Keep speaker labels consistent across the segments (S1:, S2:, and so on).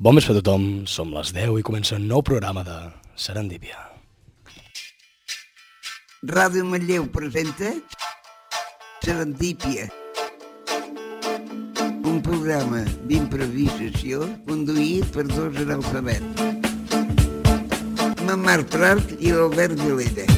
S1: Bon vespre a tothom, som les 10 i comença un nou programa de Serendípia.
S2: Ràdio Manlleu presenta Serendípia. Un programa d'improvisació conduït per dos analfabets. Mamar Prat i l'Albert Vilera.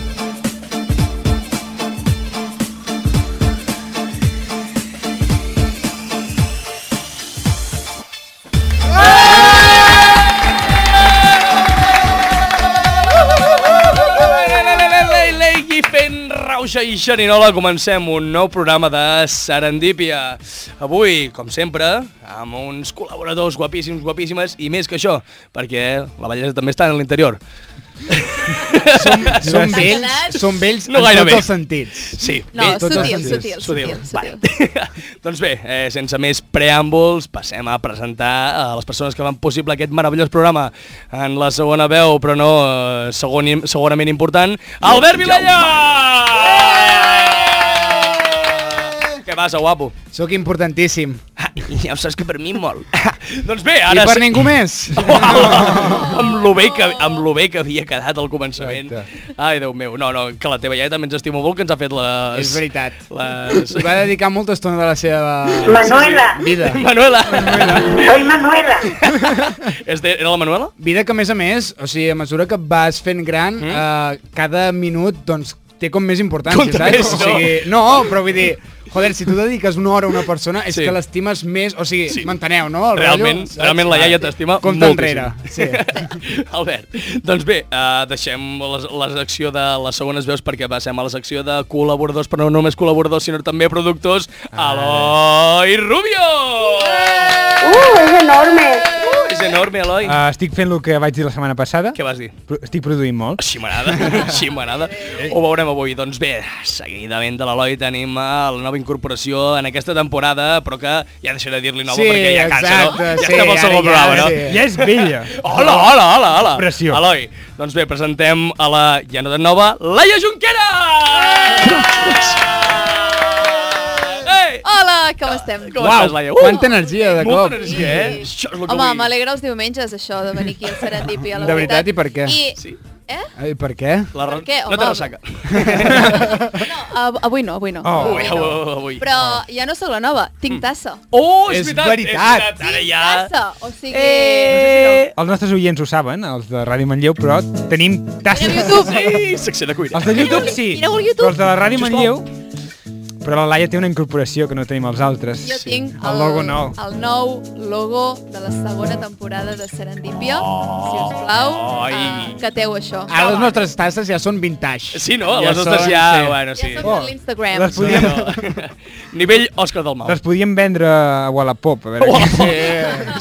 S1: I fent rauxa i xerinola comencem un nou programa de Serendípia. Avui, com sempre, amb uns col·laboradors guapíssims, guapíssimes i més que això, perquè la bellesa també està en l'interior.
S3: Són
S4: Gràcies.
S3: vells, són vells
S1: No
S3: no en
S1: gaire
S3: tots
S1: bé.
S3: els sentits.
S1: Sí,
S4: No,
S3: Bé, tots els
S4: sutil,
S3: sentits.
S4: sutil, sutil,
S1: Vale.
S4: sutil.
S1: doncs bé, eh, sense més preàmbuls, passem a presentar a les persones que van possible aquest meravellós programa en la segona veu, però no eh, segon, segurament important, Albert Vilella! Què passa, guapo?
S3: Sóc importantíssim.
S1: Eh! Ja ho saps que per mi molt. doncs bé,
S3: I
S1: ara...
S3: per
S1: sí-
S3: ningú més.
S1: Hola! amb, lo bé que, amb lo bé que havia quedat al començament.
S3: Exacte.
S1: Ai, Déu meu. No, no, que la teva iaia també ens estimo molt, que ens ha fet les...
S3: És veritat.
S1: Les...
S3: I va dedicar molta estona de la seva
S5: Manuela,
S3: vida.
S1: Manuela.
S5: soy Manuela.
S1: És de, era la Manuela?
S3: Vida que, a més a més, o sigui, a mesura que vas fent gran, mm? eh, cada minut, doncs, té com més importància,
S1: Compte
S3: saps?
S1: més,
S3: o sigui, no, però vull dir, joder, si tu dediques una hora a una persona, és
S1: Sí.
S3: sí. que l'estimes més, o sigui,
S1: Sí.
S3: sí. m'enteneu, no? El
S1: Realment,
S3: rotllo, saps? Ah,
S1: realment la iaia t'estima
S3: Compte
S1: moltíssim.
S3: enrere, sí.
S1: Albert, doncs bé, uh, deixem les, la secció de les segones veus perquè passem a la secció de col·laboradors, però no només col·laboradors, sinó també productors, Eloi Rubio!
S5: Uh, es enorme.
S1: Uh, és enorme, Eloi.
S6: Uh, estic fent el que vaig dir la setmana passada.
S1: Què vas dir?
S6: Pro- Estic produint molt.
S1: Així m'agrada, així m'agrada. Ho veurem avui. Doncs bé, seguidament de l'Eloi tenim eh, la nova incorporació en aquesta temporada, però que ja deixaré de dir-li nova
S3: Sí,
S1: perquè ja cansa, no?
S3: exacte,
S1: ja
S3: sí,
S1: estem al
S3: ara
S1: segon
S3: ja,
S1: programa, no?
S3: sí.
S6: Ja és vella.
S1: Hola, hola, hola, hola.
S6: Pressió.
S1: Eloi, doncs bé, presentem a la ja no tan nova, Laia Junquera! Ei!
S4: Hola, com estem?
S6: Ah,
S1: Com
S3: Uau,
S1: estàs, Laia?
S3: quanta energia, de
S1: molta
S3: cop.
S1: energia, eh? Això és el que
S4: Home,
S1: vull.
S4: m'alegra els diumenges, això, de venir aquí al Serendipia. La
S3: De veritat, i per què?
S4: I...
S1: Sí.
S4: Eh?
S3: Ai, per què?
S1: La
S4: Per
S1: ra-
S4: què,
S1: No
S4: home?
S1: te ressaca.
S4: No, av- avui no, avui no.
S6: Oh.
S1: Ui, avui, avui.
S4: Però ja no sóc la nova, tinc tassa.
S1: Oh, és,
S3: És
S1: veritat,
S3: veritat.
S1: és veritat. Ara
S4: Tinc
S1: ja...
S4: tassa, o sigui...
S1: Ah. Eh...
S6: Els nostres oients ho saben, els de Ràdio Manlleu, però tenim tasses.
S4: Mireu YouTube.
S1: Sí, secció de cuina.
S6: Els de Ah, YouTube
S4: Mireu-
S6: sí,
S4: mireu el YouTube.
S6: però els de la Ràdio
S1: Sisplau.
S6: Manlleu... Però la Laia té una incorporació que no tenim els altres.
S4: Jo tinc
S6: El logo nou.
S4: el nou logo de la segona temporada de Serendipia. si us plau,
S1: Oh. Ai.
S4: eh, cateu això.
S3: Ah, les nostres tasses ja són vintage.
S1: Sí, no?
S3: Ja
S1: les nostres
S3: són,
S1: ja...
S3: sí.
S1: Bueno,
S4: Ja
S1: sí.
S4: són
S6: Oh.
S4: a l'Instagram.
S6: Les podíem,
S1: No. Nivell Òscar del Mal. Oh.
S6: les podíem vendre a Wallapop. A veure, què-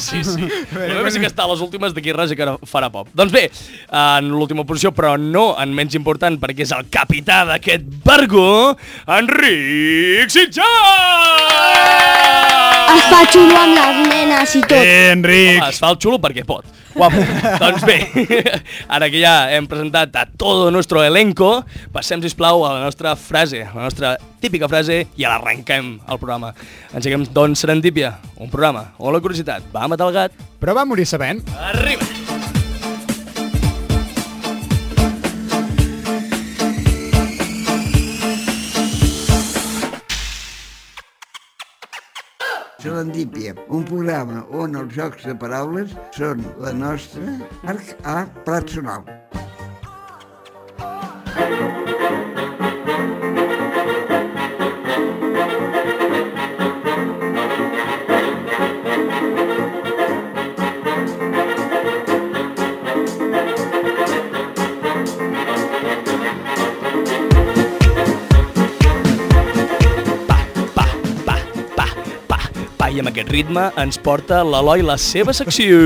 S1: Sí, sí. Podem sí que està a les últimes d'aquí res i que ara farà pop. Doncs bé, en l'última posició, però no en menys important, perquè és el capità d'aquest vergó, Enric Sitjà!
S7: Es fa xulo amb les nenes i tot.
S6: Eh, Enric!
S1: Home, es fa el xulo perquè pot. Guapo. doncs bé, ara que ja hem presentat a todo nuestro elenco, passem, sisplau, a la nostra frase, la nostra típica frase, i ara arrenquem el programa. Engeguem, doncs, Serendípia, un programa on la curiositat va matar el gat.
S3: Però va morir sabent.
S1: Arriba!
S2: Serendípia, un programa on els jocs de paraules són la nostra arc a Prat Sonal.
S1: Pa, pa, pa, pa, pa, pa. I amb aquest ritme ens porta l'Eloi la seva secció.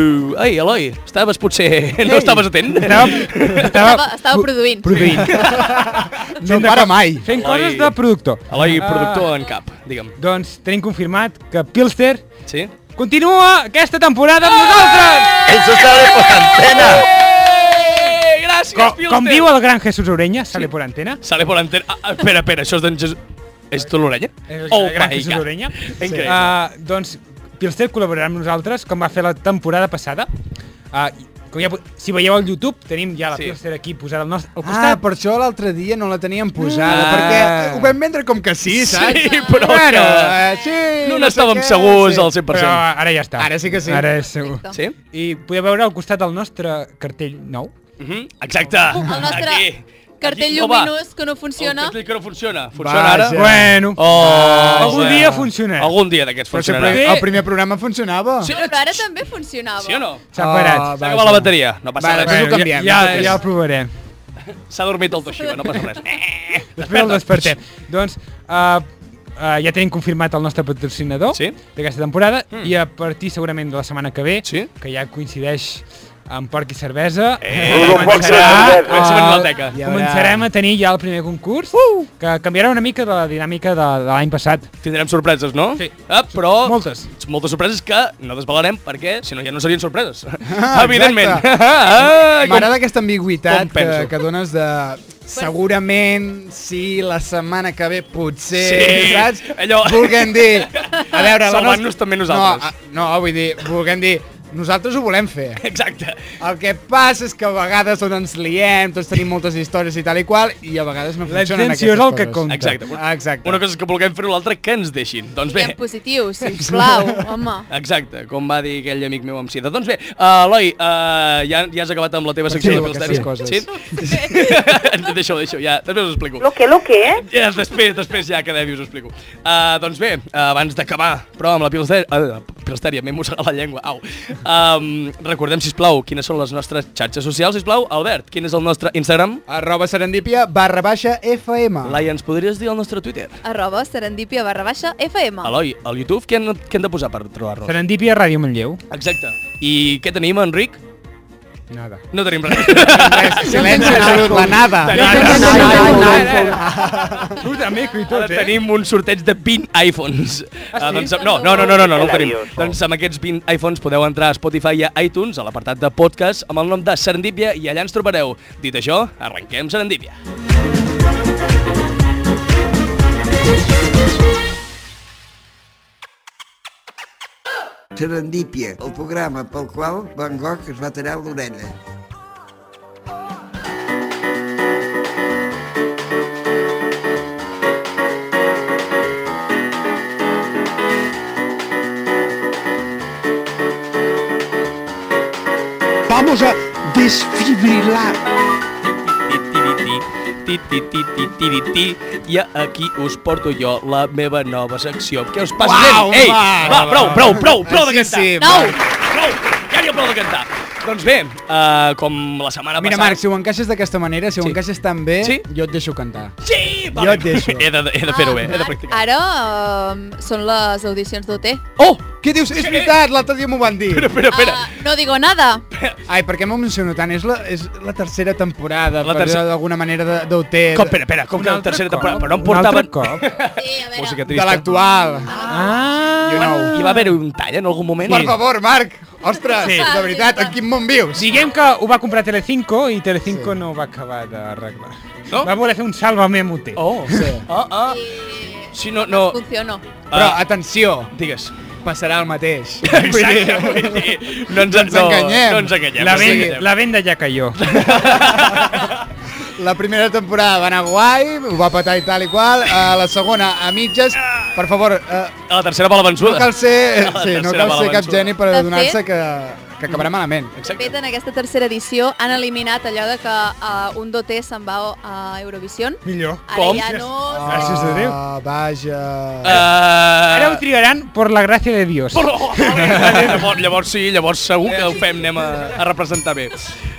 S1: Ei, Eloi, estaves potser... No estaves atent?
S6: Estava,
S4: Estava, estava produint.
S6: produint.
S3: No para mai.
S6: Fent
S1: Eloi.
S6: coses de productor.
S1: Eloi, productor en cap, digue'm.
S6: Doncs tenim confirmat que Pilster
S1: Sí?
S6: continua aquesta temporada amb
S1: Eh!
S6: nosaltres!
S8: Eso sale por antena.
S1: Ei, Gràcies,
S6: Com,
S1: Pilster.
S6: com diu el gran Jesús Ureña, sale por antena.
S1: Sale por antena. Ah, ah, espera,
S3: Eh,
S1: espera, això és d'en Jesús... És tu l'orella?
S6: És el
S1: Oh
S6: gran
S1: my
S6: Jesús
S1: God.
S6: Ureña.
S3: Ah,
S1: Increïble.
S6: Uh, doncs i els tres col·laboraran amb nosaltres, com va fer la temporada passada. Uh, com ja, po- si veieu al YouTube, tenim ja la
S1: Sí.
S6: sí. Pilster aquí posada al, nostre, al
S3: Ah,
S6: costat.
S3: per això l'altre dia no la teníem posada,
S1: Ah.
S3: perquè ho vam vendre com que sí, saps?
S1: Sí, però que
S3: bueno, eh, sí,
S1: no
S3: sé
S1: n'estàvem
S3: què,
S1: segurs al
S6: però
S1: 100%.
S6: ara ja està.
S3: Ara sí que sí.
S6: Ara és segur.
S4: Perfecte.
S1: Sí?
S6: I podeu veure al costat del nostre cartell nou.
S1: Mm -hmm. Exacte.
S4: El nostre
S1: Aquí.
S4: cartell
S1: Aquí. Oh, va.
S4: lluminós que no funciona.
S1: El cartell que no funciona. Funciona ara?
S3: Vaja.
S6: Bueno,
S1: Oh,
S6: Algun dia funcionarà.
S1: Algun dia d'aquests
S3: Però
S1: funcionarà.
S3: sempre,
S6: Bé.
S3: el primer programa funcionava.
S1: Sí,
S4: No, però ara també funcionava.
S1: Sí o no?
S6: s'ha
S3: Ah,
S6: parat.
S1: S'ha
S3: Vaja.
S1: acabat la bateria. No passa
S3: Vale,
S1: res.
S3: doncs ho
S6: ja,
S3: canviem,
S6: ja,
S3: nosaltres.
S6: ja ho provarem.
S1: S'ha dormit el Toshiba, no passa res.
S6: Després el despertem. doncs, uh, uh, ja tenim confirmat el nostre patrocinador
S1: Sí. Hmm.
S6: d'aquesta temporada mm. i a partir segurament de la setmana que ve,
S1: Sí.
S6: que ja coincideix amb porc i cervesa,
S1: Eh,
S6: començarà, eh,
S1: Comença a venir l'alteca.
S3: ja. veurà.
S6: començarem a tenir ja el primer concurs, uh! que canviarà una mica de la dinàmica de, de l'any passat.
S1: Tindrem sorpreses, no?
S6: Sí.
S1: Ah, però...
S6: Moltes.
S1: Moltes sorpreses que no desvelarem perquè, si no, ja no serien sorpreses. Ah, Evidentment. Ah, com-
S3: M'agrada aquesta ambigüitat
S1: com
S3: que,
S1: penso.
S3: que dones de segurament, sí, la setmana que ve potser,
S1: Sí,
S3: saps?
S1: allò-
S3: Vulguem dir... A veure, la
S1: Salvant-nos
S3: nostra-
S1: també nosaltres.
S3: No, a, no, vull dir, vulguem dir, nosaltres ho volem fer.
S1: Exacte.
S3: El que passa és que a vegades on ens liem, tots tenim moltes històries i tal i qual, i a vegades no funcionen aquestes
S6: L'extensió
S3: coses.
S6: és el que compta.
S1: Exacte. Una,
S3: Exacte.
S1: una cosa és que vulguem fer-ho, l'altra que ens deixin. Doncs bé,
S4: Diguem positiu, sisplau, home.
S1: exacte, com va dir aquell amic meu amb sida. Doncs bé, uh, Eloi, uh, ja, ja has acabat amb la teva secció
S3: Sí,
S1: de
S3: aquestes
S1: pilsteris?
S3: coses.
S1: Sí? deixa-ho, deixa-ho, ja, després us ho explico.
S5: Lo que, lo que, eh?
S1: Ja, després, després ja quedem i us ho explico. Uh, doncs bé, uh, abans d'acabar, però amb la pilster... Uh, pilstèria, m'he mossegat la llengua, au. Um, recordem, si plau, quines són les nostres xarxes socials, si plau. Albert, quin és el nostre Instagram?
S3: Arroba serendipia barra baixa FM.
S1: Laia, ens podries dir el nostre Twitter?
S4: Arroba serendipia barra baixa FM.
S1: Eloi, al YouTube, què hem, què hem de posar per trobar-nos?
S6: Serendipia Ràdio Manlleu.
S1: Exacte. I què tenim, Enric?
S6: Nada.
S1: No tenim res.
S3: Res, Silenci, absolut, la nada.
S6: Tu també, i
S1: Ara
S6: tot, eh?
S1: tenim un sorteig de 20 iPhones. Ah,
S6: sí?
S1: doncs, no, no, no, no, no, no, el tenim.
S8: Maravilloso.
S1: Doncs amb aquests 20 iPhones podeu entrar a Spotify i a iTunes, a l'apartat de podcast, amb el nom de Serendípia, i allà ens trobareu. Dit això, arrenquem Serendípia.
S2: Serendípia, el programa pel qual Van Gogh es va tallar l'orella.
S9: Vamos a desfibrilar.
S1: Ti, ti, ti, ti, ti, ti, ti. I aquí us porto jo la meva nova secció. Què us passa,
S3: Uau,
S1: gent? Ei,
S3: va,
S1: va,
S3: va,
S1: prou,
S3: va.
S1: prou, prou, prou de
S3: Sí,
S1: cantar.
S3: sí,
S4: Prou.
S1: Prou, ja n'hi ha prou de cantar. Doncs bé, eh, com la setmana
S3: Mira,
S1: passada...
S3: Marc, si ho encaixes d'aquesta manera, si ho
S1: Sí.
S3: encaixes tan bé,
S1: Sí.
S3: jo et deixo cantar.
S1: Sí,
S3: Jo et deixo.
S1: He de, he de fer-ho bé, he de practicar.
S4: Ah, Ara um, són les audicions d'OT.
S1: Oh!
S3: Què dius? És veritat, l'altre dia m'ho van dir.
S1: Espera, espera, espera.
S4: Ah, no digo nada.
S3: Ai, per què m'ho menciono tant? És la, és la tercera temporada,
S1: La
S3: la
S1: tercera-
S3: tercera... d'alguna manera, de- d'OT, de,
S1: Com, espera, espera, com que la tercera temporada, però no em portaven...
S6: Un altre cop?
S4: Sí, a veure.
S1: Música
S3: de
S1: trista.
S3: l'actual.
S6: Ah!
S3: You know.
S1: Hi va haver un tall en algun moment?
S3: Per favor, Marc! Ostres,
S6: Sí.
S3: sí. de veritat, en quin món vius?
S6: Diguem que ho va comprar Telecinco i Telecinco sí. no ho va acabar d'arreglar.
S1: No?
S6: No? Va voler fer un salvament muté.
S1: Oh, sí. Ah, ah.
S4: eh,
S1: Sí, no, no.
S4: Funcionó.
S3: Però,
S1: Ah,
S3: atenció,
S1: digues.
S3: passarà el mateix.
S1: Exacte, vull dir, no ens,
S3: ens
S1: No,
S3: enganyem.
S1: no ens enganyem.
S6: la,
S1: no ens
S6: venda,
S1: enganyem.
S6: la venda ja caió.
S3: La primera temporada va anar guai, ho va petar i tal i qual. A la segona, a mitges. Per favor, eh,
S1: A la tercera bala vençuda.
S3: no cal ser,
S1: La
S3: sí, no
S1: tercera
S3: cal
S1: bala
S3: ser cap
S1: vençuda.
S3: geni per
S4: De
S3: adonar-se
S4: fet-
S3: que, que acabarà malament.
S4: De fet,
S1: Exacte.
S4: en aquesta tercera edició han eliminat allò de que uh, un doter se'n va a Eurovision.
S6: Millor.
S4: Ara
S1: Com?
S4: ja no...
S6: Gràcies a Déu.
S3: Ah, vaja...
S1: Uh...
S6: Ara ho triaran per la gràcia de Dios.
S1: Però, llavors, llavors sí, llavors segur que ho fem, anem a, a representar bé.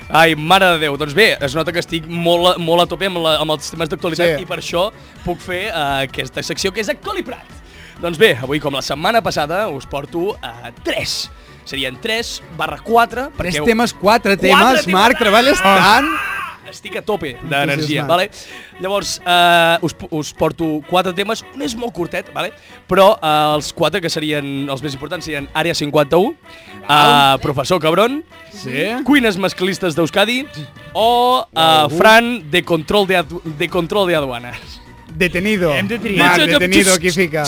S1: Ai, mare de Déu, doncs bé, es nota que estic molt, a- molt a tope amb, la, amb els temes d'actualitat
S3: Sí.
S1: i per això puc fer uh, aquesta secció que és Actual i Prat. Doncs bé, avui com la setmana passada us porto a 3. Serien 3 barra 4
S3: Tres
S1: perquè
S3: temes, quatre temes,
S1: temes.
S3: Marc, treballes
S1: Ah!
S3: tant?
S1: estic a tope d'energia,
S3: Entusiasmat.
S1: vale? Llavors, eh, us, us porto quatre temes, un és molt curtet, vale? però eh, els quatre que serien els més importants serien Àrea 51, eh, Professor Cabron,
S3: Sí.
S1: Cuines Masclistes d'Euskadi o eh, Fran de Control de, Adu- de Control de Aduanes.
S3: Detenido.
S6: Hem de triar.
S3: Marc,
S1: Ets- ets-
S3: detenido,
S1: ets-
S3: aquí fica.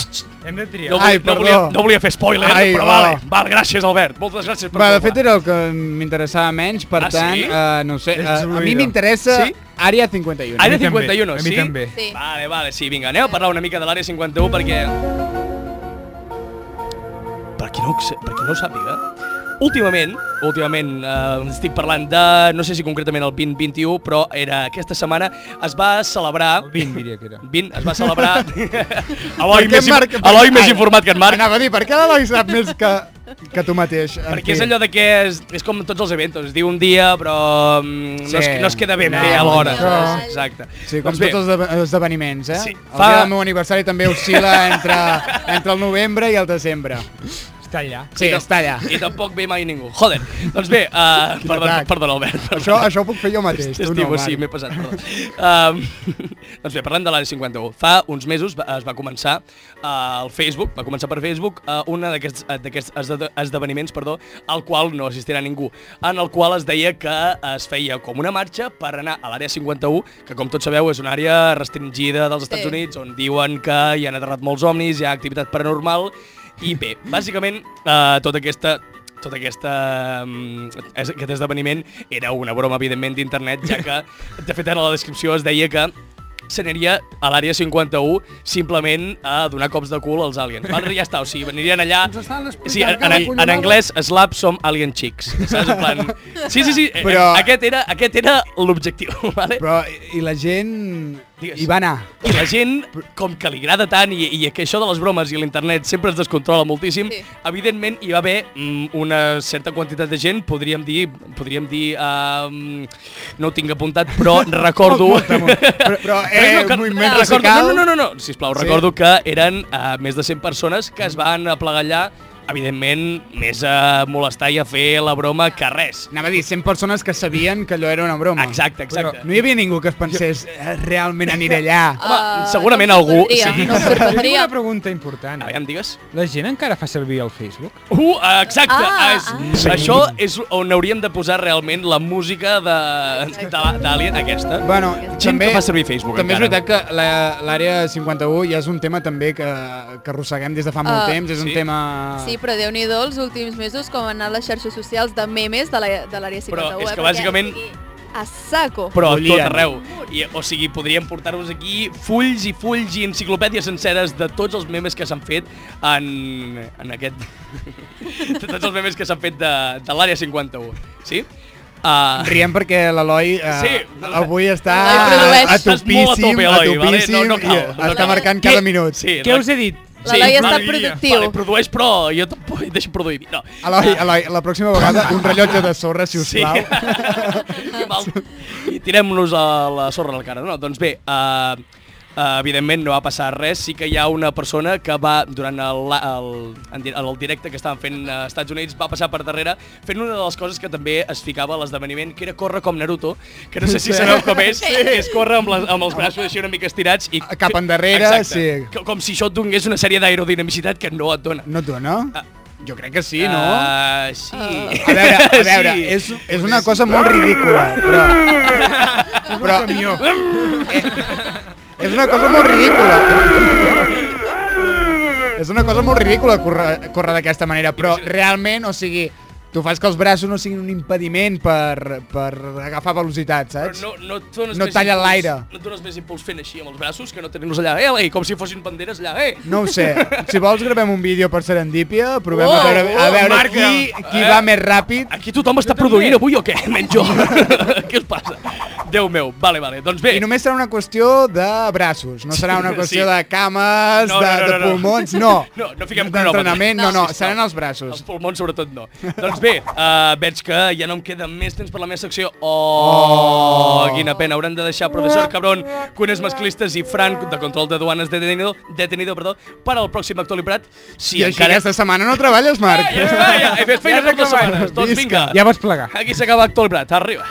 S6: Hem de triar.
S1: No, volia,
S3: Ai,
S1: no,
S3: perdó.
S1: volia, no volia fer spoiler, Ai,
S3: Ai,
S1: però
S3: va.
S1: vale. Val, gràcies, Albert. Moltes gràcies per
S3: Va, de
S1: col·laborar.
S3: fet era el que m'interessava menys, per
S1: Ah,
S3: tant,
S1: sí?
S3: eh, no ho sé. eh,
S6: Ets
S3: a mi
S6: fluida.
S3: m'interessa
S1: Sí?
S3: Àrea 51.
S1: Àrea
S6: A mi també,
S1: 51,
S6: a mi
S1: sí?
S6: també.
S4: Sí.
S1: Vale, vale, sí, vinga, anem a parlar una mica de l'àrea 51 perquè... Per qui no, ho sa- per qui no ho sàpiga, últimament, últimament eh, estic parlant de, no sé si concretament el 2021, però era aquesta setmana, es va celebrar...
S6: El 20 diria que era.
S1: 20, es va celebrar...
S3: Per
S1: Eloi,
S3: què
S1: més,
S3: en Marc-
S1: Marc, Eloi més
S3: Ai,
S1: informat que en Marc.
S3: Anava a dir, per què l'Eloi sap més que, que tu mateix? En
S1: Perquè és
S3: què?
S1: allò de que és, és com tots els eventos, es diu un dia però mm, no, es,
S3: Sí.
S1: no es queda ben
S3: No,
S1: bé a l'hora.
S4: no.
S1: Exacte.
S3: Sí, com
S1: Doncs bé,
S3: tots els esdeve- esdeveniments, eh?
S1: Sí,
S3: El
S1: fa-
S3: dia del meu aniversari també oscil·la entre, entre el novembre i el desembre.
S6: Està allà.
S3: Sí,
S1: tam-
S3: està allà.
S1: I tampoc ve mai ningú. Joder. Doncs bé, uh, perdona,
S3: atac.
S1: perdona, Albert. Perdona.
S3: Això, això ho puc fer jo mateix, tu no,
S1: T'estimo,
S3: Marc.
S1: sí, m'he passat, perdó. Um, doncs bé, parlant de l'àrea 51, fa uns mesos va- es va començar uh, el Facebook, va començar per Facebook uh, una d'aquests eh, d'aquests esde esdeveniments, perdó, al qual no assistirà ningú, en el qual es deia que es feia com una marxa per anar a l'àrea 51, que com tots sabeu és una àrea restringida dels Estats
S4: Sí.
S1: Units, on diuen que hi han aterrat molts omnis, hi ha activitat paranormal, i bé, bàsicament, eh, tota aquesta tot aquesta, mm, es- aquest esdeveniment era una broma, evidentment, d'internet, ja que, de fet, en la descripció es deia que s'aniria a l'àrea 51 simplement a donar cops de cul als aliens. Vale, ja està, o sigui, anirien allà...
S10: Ens estan explicant
S1: Sí, en,
S10: cada
S1: en, en
S10: collonada.
S1: anglès, slap some alien chicks. Saps? En plan... Sí, sí, sí, Però...
S3: Però-
S1: aquest era, aquest era l'objectiu, vale?
S3: Però, i la gent...
S1: Digues.
S3: Hi va anar.
S1: I la gent, com que li agrada tant i, i que això de les bromes i l'internet sempre es descontrola moltíssim, sí.
S4: Sí.
S1: evidentment hi va haver mm, una certa quantitat de gent, podríem dir, podríem dir, um, no ho tinc apuntat, però recordo...
S3: Però, però Oh, eh,
S1: que-
S3: un moviment
S1: recordo-
S3: radical...
S1: No, no, no, no, no, sisplau,
S3: Sí.
S1: recordo que eren uh, més de 100 persones que es van aplegar allà, evidentment, més a molestar i a fer la broma que res.
S3: Anava a dir, 100 persones que sabien que allò era una broma.
S1: Exacte, exacte.
S3: No hi havia ningú que es pensés, eh, realment aniré allà.
S1: Home,
S4: Ah,
S1: segurament
S4: no em
S1: algú- sí.
S4: sorprendria, No em
S6: Tinc
S4: sorprendria.
S6: una pregunta important. eh?
S1: Aviam, digues.
S6: La gent encara fa servir el Facebook?
S1: Uh, exacte, ah,
S4: Ah,
S1: és,
S4: ah.
S1: ah. això és on hauríem de posar realment la música de- de- d'Alien aquesta.
S3: Bueno,
S1: Gent
S3: també,
S1: que fa servir Facebook
S3: també és
S1: encara.
S3: veritat que la- l'àrea 51 ja és un tema també que, que arrosseguem des de fa molt
S4: Ah,
S3: temps, és
S1: sí.
S3: un tema...
S1: Ah.
S4: Sí, però déu-n'hi-do els últims mesos com han anat les xarxes socials de memes de la- de l'àrea 51.
S1: Però és
S4: eh,
S1: que
S4: perquè
S1: bàsicament-
S4: A saco.
S1: però a tot
S3: Volien.
S1: arreu. I, o sigui, podríem portar-vos aquí fulls i fulls i enciclopèdies senceres de tots els memes que s'han fet en, en aquest... de tots els memes que s'han fet de, de l'àrea 51, sí? Uh,
S3: Riem perquè l'Eloi eh,
S1: Sí.
S3: avui està
S4: L'Eloi produeix.
S3: a topíssim,
S1: Estàs molt a
S3: a,
S1: tope, Eloi, vale?
S3: topíssim,
S1: No, no cal.
S3: i
S1: No cal.
S3: està marcant cada minut.
S1: sí,
S6: Què us he dit?
S4: L'Eloi està
S1: vale,
S4: productiu.
S1: Vale, produeix, però jo tampoc... Deixa'm produir. No.
S3: Eloi, Eloi, la pròxima vegada un rellotge de sorra, si us plau.
S1: Que mal. I tirem-nos a la sorra a la cara. No, doncs bé, uh, uh, evidentment no va passar res. Sí que hi ha una persona que va, durant el, la- el, en di- el directe que estaven fent a Estats Units, va passar per darrere fent una de les coses que també es ficava a l'esdeveniment, que era córrer com Naruto, que no sé si sabeu com és, que és córrer amb, les, amb els braços així una mica estirats. I
S3: Cap endarrere, sí.
S1: Co- Com si això et donés una sèrie d'aerodinamicitat que no et dona.
S3: No tu, no? Jo crec que sí, no? Ah.
S1: Uh, sí.
S3: A veure, a veure, és, és una cosa molt ridícula, però... però Eh, és una cosa molt ridícula. És una cosa molt ridícula córrer, córrer d'aquesta manera, però realment, o sigui, tu fas que els braços no siguin un impediment per, per agafar velocitat, saps?
S1: Però no, no, et dones
S3: No
S1: més
S3: talla
S1: impuls-
S3: l'aire.
S1: No et dones més impuls fent així amb els braços que no tenir-los allà, eh, eh, com si fossin banderes allà, eh.
S3: No ho sé. Si vols, gravem un vídeo per Serendípia, provem
S1: Oh,
S3: a veure, a
S1: oh,
S3: veure
S1: Marc,
S3: qui, qui
S1: eh?
S3: va més ràpid.
S1: Aquí tothom està produint avui o què? Menys jo. què us passa? Déu meu. Vale, vale. Doncs bé.
S3: I només serà una qüestió de braços, no serà una
S1: Sí.
S3: qüestió de cames,
S1: No,
S3: de,
S1: no, no,
S3: de
S1: no, no.
S3: pulmons, no.
S1: No, no fiquem
S3: D'entrenament, no,
S1: cronòmetre.
S3: no,
S1: No,
S3: seran
S1: sisplau.
S3: els braços.
S1: Els pulmons sobretot no. doncs bé, uh, veig que ja no em queda més temps per la meva secció. Oh, oh. quina pena. Hauran de deixar professor Cabron, cuines masclistes i Frank de control de duanes detenido, detenido perdó, per al pròxim actualitat. Si
S3: I així aquesta setmana no treballes, Marc.
S1: Eh, Ja està, ja. He fet feina
S6: Ja
S1: per dues
S6: s'acaba.
S1: setmanes. Doncs
S3: Visca.
S1: vinga.
S6: Ja vas plegar.
S1: Aquí s'acaba Actor Brat, arriba.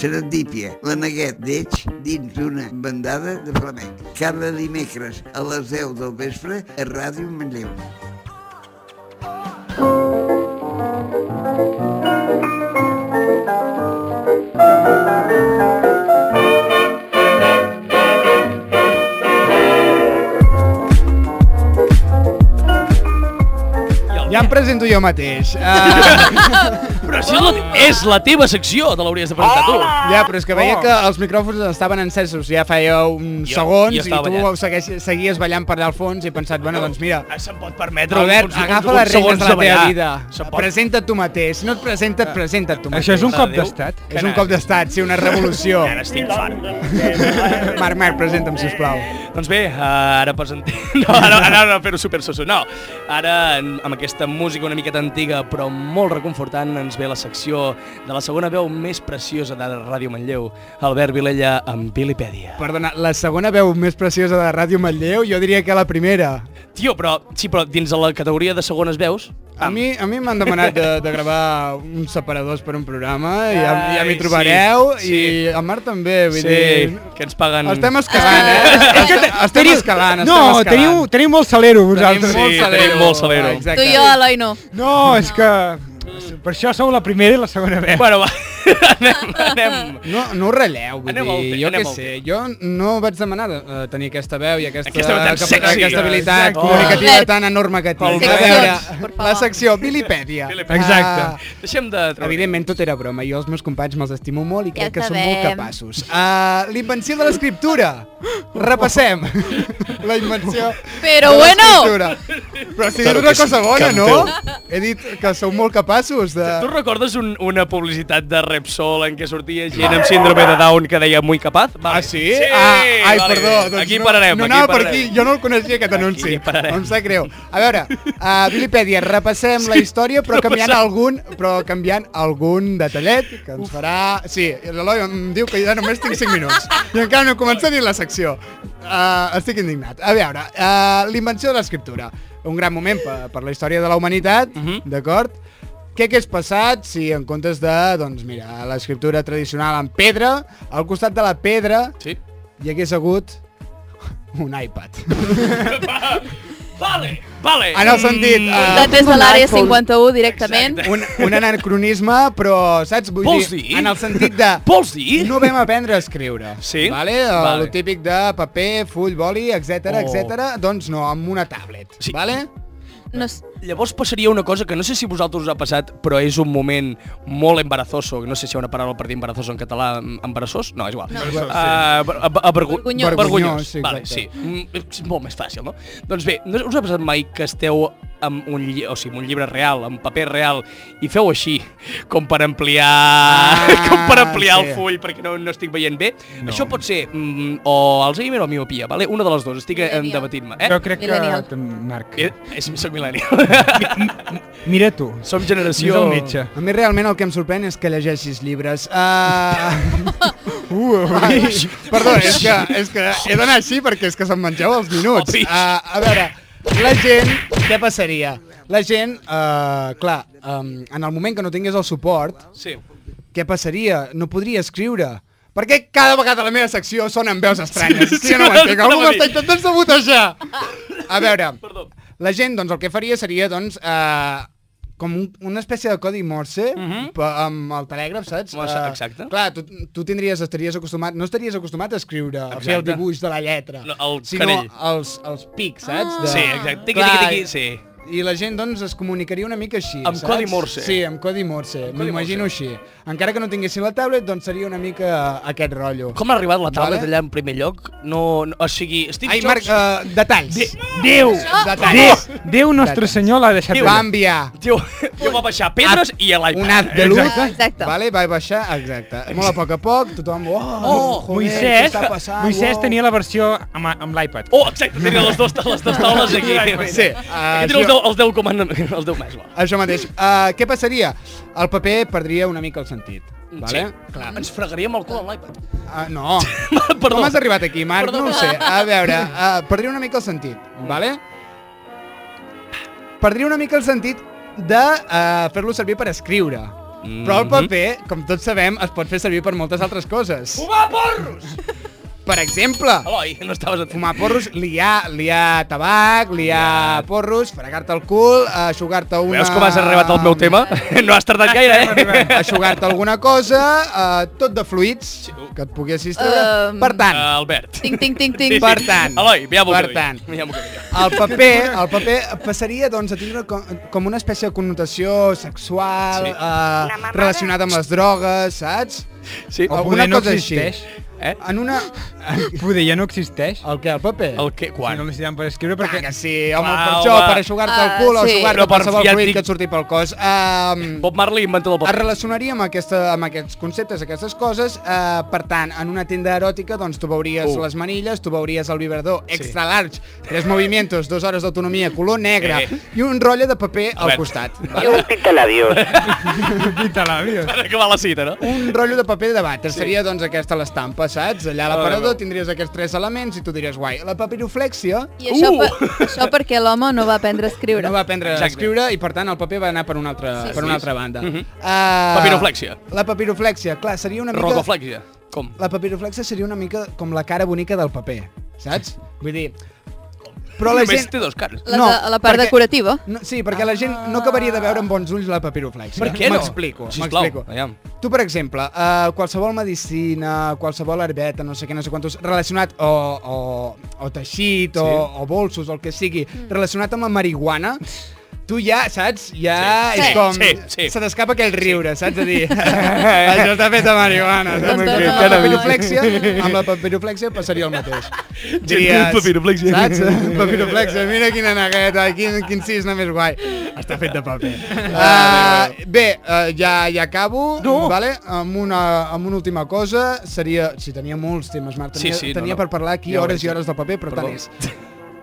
S2: Serendípia, la neguet d'Eix dins d'una bandada de flamenc. Cada dimecres a les 10 del vespre a Ràdio Manlleu.
S3: Ja em presento jo mateix. Uh,
S1: Però si és la, és la teva secció, te l'hauries de presentar tu.
S3: ja, però és que veia que els micròfons estaven encesos ja feia
S1: Oh.
S3: uns
S1: Jo-
S3: segons
S1: jo
S3: i
S1: estava
S3: tu
S1: ballant.
S3: segueix, seguies ballant per allà al fons i he pensat, bueno, doncs mira,
S1: Ah, Se'n pot permetre
S3: Albert,
S1: uns- uns-
S3: agafa
S1: uns
S3: les regles
S1: segons
S3: de la teva
S1: ballar.
S3: vida.
S1: Se'n pot... Eh,
S3: Presenta't tu mateix. Si no et presenta't, presenta't tu mateix.
S6: Això és un cop
S1: Adéu.
S6: d'estat.
S3: És un cop d'estat, sí, una revolució.
S1: Ara estic fart.
S3: Marc, Marc, presenta'm, sisplau.
S1: Doncs bé, eh, ara presentem... No, ara, ara no fer-ho super soso, no. Ara, en- amb aquesta música una miqueta antiga però molt reconfortant, ens ve la secció de la segona veu més preciosa de Ràdio Manlleu, Albert Vilella amb Vilipèdia.
S3: Perdona, la segona veu més preciosa de Ràdio Manlleu, jo diria que la primera.
S1: Tio, però, sí, però dins de la categoria de segones veus...
S3: A mi a mi m'han demanat de, de gravar uns separadors per un programa, i ja, ja m'hi
S1: Ai,
S3: trobareu,
S1: sí, sí.
S3: i el Marc també, vull
S1: Sí,
S3: dir...
S1: que ens paguen...
S3: Estem escalant, eh? Estem, estem escalant, estem
S6: No,
S3: escalant.
S6: teniu, teniu molt salero vosaltres.
S3: Tenim molt
S1: Sí,
S3: salero.
S1: tenim molt salero.
S4: Tu i jo, Eloi, no.
S6: No, és que... Per això sou la primera i la segona veu.
S1: Bueno, va, anem, anem.
S3: No, no ho relleu, vull
S1: Anem al
S3: dir,
S1: te-
S3: jo
S1: anem
S3: què
S1: al
S3: sé, jo no vaig demanar eh, tenir aquesta veu i aquesta,
S1: Aquesta veu tan
S3: capa-
S1: sexy. eh?
S3: aquesta habilitat
S6: Exacte.
S3: comunicativa
S4: Albert.
S3: tan enorme que tinc.
S1: Albert.
S4: Seccions, per favor.
S3: la secció Bilipèdia.
S6: Exacte.
S1: Deixem de...
S3: Ah, evidentment tot era broma, jo els meus companys me'ls estimo molt i
S4: Ja
S3: crec que són
S4: sabem.
S3: molt capaços. Uh, L'invenció de l'escriptura. Repassem. La invenció
S4: Però
S3: de
S4: bueno.
S3: l'escriptura. Però si dit
S8: Claro
S3: una
S8: que sí,
S3: cosa bona,
S8: campeón.
S3: no? He dit que sou molt capaços de...
S1: Tu recordes un, una publicitat de Repsol en què sortia gent amb síndrome de Down que deia muy capaz? Vale.
S3: Ah, sí? ah, ai, perdó. Doncs
S1: aquí
S3: no,
S1: pararem.
S3: No
S1: aquí
S3: anava per
S1: pararem.
S3: aquí, jo no el coneixia, aquest anunci.
S1: pararem.
S3: Em sap greu. A veure, a uh, Wikipedia, repassem la història, però canviant algun, però canviant algun detallet que ens farà... Sí, l'Eloi em diu que ja només tinc 5 minuts i encara no he començat ni la secció. Uh, estic indignat. A veure, uh, l'invenció de l'escriptura. Un gran moment per, per la història de la humanitat,
S1: Mhm.
S3: d'acord? Què hagués passat si en comptes de, doncs mira, l'escriptura tradicional en pedra, al costat de la pedra
S1: Sí.
S3: hi hagués hagut un iPad.
S1: Vale, vale. Mm.
S3: En el sentit...
S4: De
S3: Uh,
S4: des de l'àrea 51 directament.
S3: un, un anacronisme, però, saps? Vull
S1: Vols
S3: dir,
S1: dir?
S3: en el sentit de...
S1: Vols dir?
S3: No vam aprendre a escriure.
S1: Sí?
S3: Vale? vale.
S1: Vale.
S3: El típic de paper, full, boli, etc
S1: Oh.
S3: etc. Doncs no, amb una tablet.
S1: Sí.
S3: Vale?
S4: No, s-
S1: Llavors passaria una cosa que no sé si a vosaltres us ha passat, però és un moment molt embarazoso. No sé si hi ha una paraula per dir embarazoso en català. em- Embarassós? No, és igual.
S4: No.
S1: Uh, avergo
S4: Vergonyós.
S1: Vergonyós,
S3: Sí,
S1: sí,
S3: exacte.
S1: vale, sí. Mm, És molt més fàcil, no? Doncs bé, no us ha passat mai que esteu amb un, lli o sigui, amb un llibre real, amb paper real, i feu així, com per ampliar,
S3: Ah,
S1: com per ampliar
S3: sí.
S1: el full, perquè no, no estic veient bé. No. Això pot ser mm, o Alzheimer o miopia, vale? una de les dues, estic eh,
S4: Miopia.
S1: debatint-me. Eh?
S6: Jo crec que...
S4: Millennial.
S6: Marc,
S1: Eh, és, soc millennial.
S6: mira tu.
S1: Som
S6: Mira
S1: generació...
S6: el metge.
S3: A mi realment el que em sorprèn és que llegeixis llibres. Uh... uh, perdó, és que, és que he d'anar així perquè és que se'm mengeu els minuts.
S1: Opi.
S3: Uh, a veure, la gent, què passaria? La gent, uh, clar, um, en el moment que no tingués el suport,
S1: Sí.
S3: què passaria? No podria escriure. Per què cada vegada a la meva secció sonen veus estranyes? Sí, sí, no ho entenc, algú m'està intentant sabotejar. A veure, la gent doncs, el que faria seria doncs, eh, com un, una espècie de codi morse mm
S1: Mhm.
S3: -hmm. amb el telègraf, saps?
S1: Morse,
S3: Eh,
S1: exacte.
S3: Clar, tu, tu tindries, estaries acostumat, no estaries acostumat a escriure, a fer el
S1: Exacte.
S3: dibuix de la lletra,
S1: No, el
S3: sinó
S1: canell. Ah.
S3: els, els pics, saps? De...
S1: Sí, exacte. Tiqui,
S3: Clar,
S1: tiqui, tiqui, sí.
S3: i la gent, doncs, es comunicaria una mica així,
S1: Amb
S3: saps?
S1: codi Morse.
S3: Sí, amb codi Morse. M'imagino així. Encara que no tinguessin la tablet, doncs seria una mica aquest rotllo.
S1: Com ha arribat la tablet
S3: Vale.
S1: allà en primer lloc? No, no o sigui, Steve
S3: Ai, Marc,
S1: Jobs...
S3: uh, detalls.
S1: Di-
S6: Déu! Déu,
S3: Detalls.
S6: Déu nostre senyor l'ha deixat
S3: Va
S6: allà.
S3: enviar
S1: Tio, jo va baixar pedres i a l'iPad.
S3: un haz de luz.
S4: Ah, exacte.
S3: Vale, va baixar, exacte. Molt a poc a poc, tothom... Oh,
S1: Oh,
S3: joder, què
S6: Moisès,
S3: està passant? Oh."
S6: Moisès
S3: Wow.
S6: tenia la versió amb, amb l'iPad.
S1: Oh, exacte, tenia les dues, les dues taules aquí.
S3: Sí, Ah,
S1: Aquí teniu els
S3: això-
S1: deu, els deu comandaments, els deu més. Va.
S3: Això mateix. Uh, què passaria? El paper perdria una mica el sentit. Vale?
S1: Sí, clar. Ens fregaríem el cul amb l'iPad.
S3: Uh, no.
S1: Perdó.
S3: Com has arribat aquí, Marc?
S1: Perdó. Mm.
S3: No ho sé. A veure, uh, perdria una mica el sentit, vale? Perdria una mica el sentit de uh, fer-lo servir eh, per escriure.
S1: Mm
S3: Però el paper, com tots sabem, es pot fer servir per moltes altres coses.
S1: Fumar porros!
S3: Per exemple,
S1: Eloi, no estaves atent.
S3: fumar porros, liar, liar tabac, liar porros, fregar-te el cul, aixugar-te una...
S1: Veus com has arribat al meu tema? No has tardat gaire, eh?
S3: Aixugar-te alguna cosa, eh, tot de fluids que et poguessis treure.
S4: Um,
S3: Per
S1: Uh,
S3: tant,
S1: Albert.
S4: Tinc, tinc, tinc, tinc.
S3: Per tant.
S1: Eloi, ja m'ho
S3: Per
S1: creu.
S3: tant.
S1: Ja m'ho creu.
S3: el paper, el paper passaria doncs, a tindre com, com una espècie de connotació sexual,
S1: Sí.
S3: sí. eh, relacionada amb les drogues, saps?
S1: Sí.
S3: O
S6: poder
S3: alguna
S6: no
S3: cosa així.
S6: existeix.
S1: Eh?
S3: En una...
S6: Poder ja no existeix.
S3: El què, el paper?
S1: El que,
S6: Si no
S1: Ah, quan?
S6: necessitem per escriure
S3: Clar
S6: perquè...
S3: que sí, home,
S1: Va,
S3: per això,
S1: home.
S3: per aixugar-te el
S4: Ah,
S3: cul o
S4: sí.
S3: aixugar-te
S1: Però per
S3: qualsevol
S1: fiar-t'hi-
S3: fluid que et surti pel cos. Um,
S1: Bob Marley inventa el
S3: es
S1: paper.
S3: relacionaria amb, aquesta, amb aquests conceptes, aquestes coses. Uh, per tant, en una tenda eròtica, doncs, tu veuries
S1: Uh.
S3: uh. les manilles, tu veuries el vibrador extra large, tres movimientos, dues hores d'autonomia, color negre,
S1: Eh.
S3: eh. i un rotllo de paper
S1: Albert.
S3: al costat.
S5: Y un pintalabios.
S6: Pita l'àvia.
S1: Que va la cita, no?
S3: Un rotllo de paper de davant. Sí. Seria, doncs, aquesta l'estampa, saps? Allà a
S1: veure.
S3: l'aparador tindries aquests tres elements i tu diries, guai, la papiroflexia
S4: I això,
S1: Uh!
S4: per, això perquè l'home no va aprendre a escriure.
S3: no va aprendre
S1: Exacte.
S3: a escriure i, per tant, el paper va anar per una altra,
S4: Sí,
S3: per
S4: sí.
S3: una altra banda.
S1: Mhm.
S3: Ah,
S1: Papiroflèxia.
S3: La papiroflexia, clar, seria una mica...
S1: Rodoflexia. Com?
S3: la papiroflexia seria una mica com la cara bonica del paper, saps? Vull dir... Però la
S1: Només
S3: gent...
S1: té dos cares.
S4: La, de- la part decorativa.
S3: No, sí, perquè la gent no acabaria de veure amb bons ulls la papiroflexia.
S1: Per què no?
S3: M'explico,
S1: Sisplau,
S3: m'explico.
S1: aviam.
S3: Tu, per exemple, uh, qualsevol medicina, qualsevol herbeta, no sé què, no sé quantos, relacionat o, o, o teixit sí. o, o bolsos o el que sigui,
S4: Mm.
S3: relacionat amb la marihuana, tu ja, saps, ja
S1: Sí,
S3: és
S1: sí,
S3: com...
S1: sí, sí.
S3: Se t'escapa aquell riure, saps? De dir, això està fet de marihuana. Saps? Amb
S4: Tonto,
S3: la
S4: Doncs no.
S3: papiroflexia, amb la papiroflexia passaria el mateix.
S1: Diries, papiroflexia.
S3: Saps? Papiroflexia, mira quina negueta, quin, quin cisne més guai. Està fet de paper.
S1: Ah,
S3: Uh, bé, uh, ja, ja acabo,
S1: No.
S3: vale? amb, una, amb una última cosa. Seria... Si sí, tenia molts temes, Marc.
S1: Sí,
S3: Tenia,
S1: sí, no,
S3: tenia
S1: no.
S3: per parlar aquí
S1: Ja ho
S3: hores
S1: veig.
S3: i hores del paper, però
S1: Perdó.
S3: tant és.